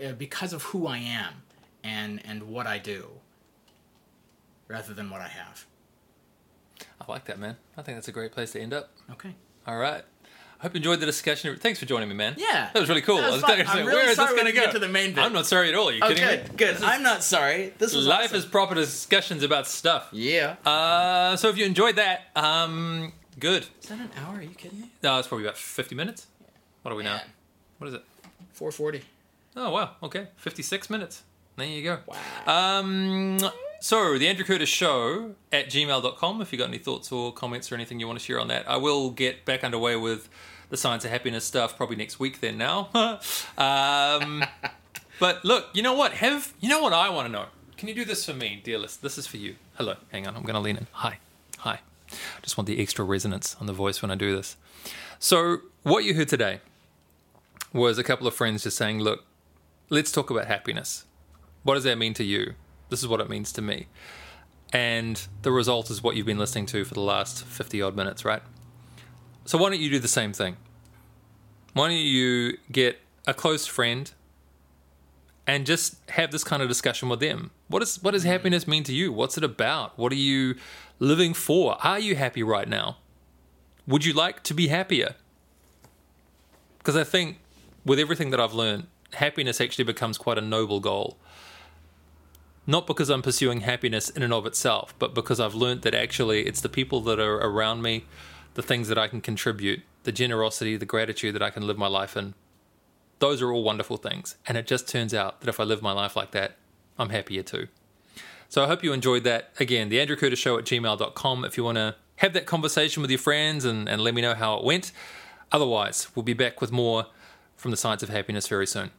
Speaker 2: uh, because of who i am and and what i do rather than what i have
Speaker 1: I like that, man. I think that's a great place to end up.
Speaker 2: okay
Speaker 1: All right. I hope you enjoyed the discussion. Thanks for joining me, man.
Speaker 2: Yeah.
Speaker 1: That was really cool.
Speaker 2: That was
Speaker 1: I was
Speaker 2: fun.
Speaker 1: thinking,
Speaker 2: I'm really
Speaker 1: where is
Speaker 2: sorry
Speaker 1: this
Speaker 2: we
Speaker 1: going to
Speaker 2: didn't
Speaker 1: go?
Speaker 2: get to the main bit.
Speaker 1: I'm not sorry at all. Are you
Speaker 2: oh
Speaker 1: kidding me?
Speaker 2: good good i'm not sorry this is
Speaker 1: Life
Speaker 2: awesome.
Speaker 1: is proper discussions about stuff.
Speaker 2: yeah
Speaker 1: Uh, so if you enjoyed that, um, good.
Speaker 2: is that an hour are you kidding me
Speaker 1: No, it's probably about 50 minutes. What are we now?
Speaker 2: Man,
Speaker 1: What is it?
Speaker 2: 440
Speaker 1: Oh, wow. Okay. 56 minutes. There you go.
Speaker 2: wow
Speaker 1: Um, so, the Andrew Curtis Show at gmail.com. If you've got any thoughts or comments or anything you want to share on that, I will get back underway with the Science of Happiness stuff probably next week, then now. um, but look, you know what? Have you know what I want to know? Can you do this for me, dear list? This is for you. Hello. Hang on. I'm going to lean in. Hi. Hi. Just want the extra resonance on the voice when I do this. So, what you heard today was a couple of friends just saying, look, let's talk about happiness. What does that mean to you? This is what it means to me. And the result is what you've been listening to for the last 50 odd minutes, right? So why don't you do the same thing? Why don't you get a close friend and just have this kind of discussion with them? What is what does happiness mean to you? What's it about? What are you living for? Are you happy right now? Would you like to be happier? Because I think with everything that I've learned, happiness actually becomes quite a noble goal not because I'm pursuing happiness in and of itself, but because I've learnt that actually it's the people that are around me, the things that I can contribute, the generosity, the gratitude that I can live my life in. Those are all wonderful things. And it just turns out that if I live my life like that, I'm happier too. So I hope you enjoyed that. Again, the Andrew Curtis Show at gmail.com if you want to have that conversation with your friends and, and let me know how it went. Otherwise, we'll be back with more from the Science of Happiness very soon.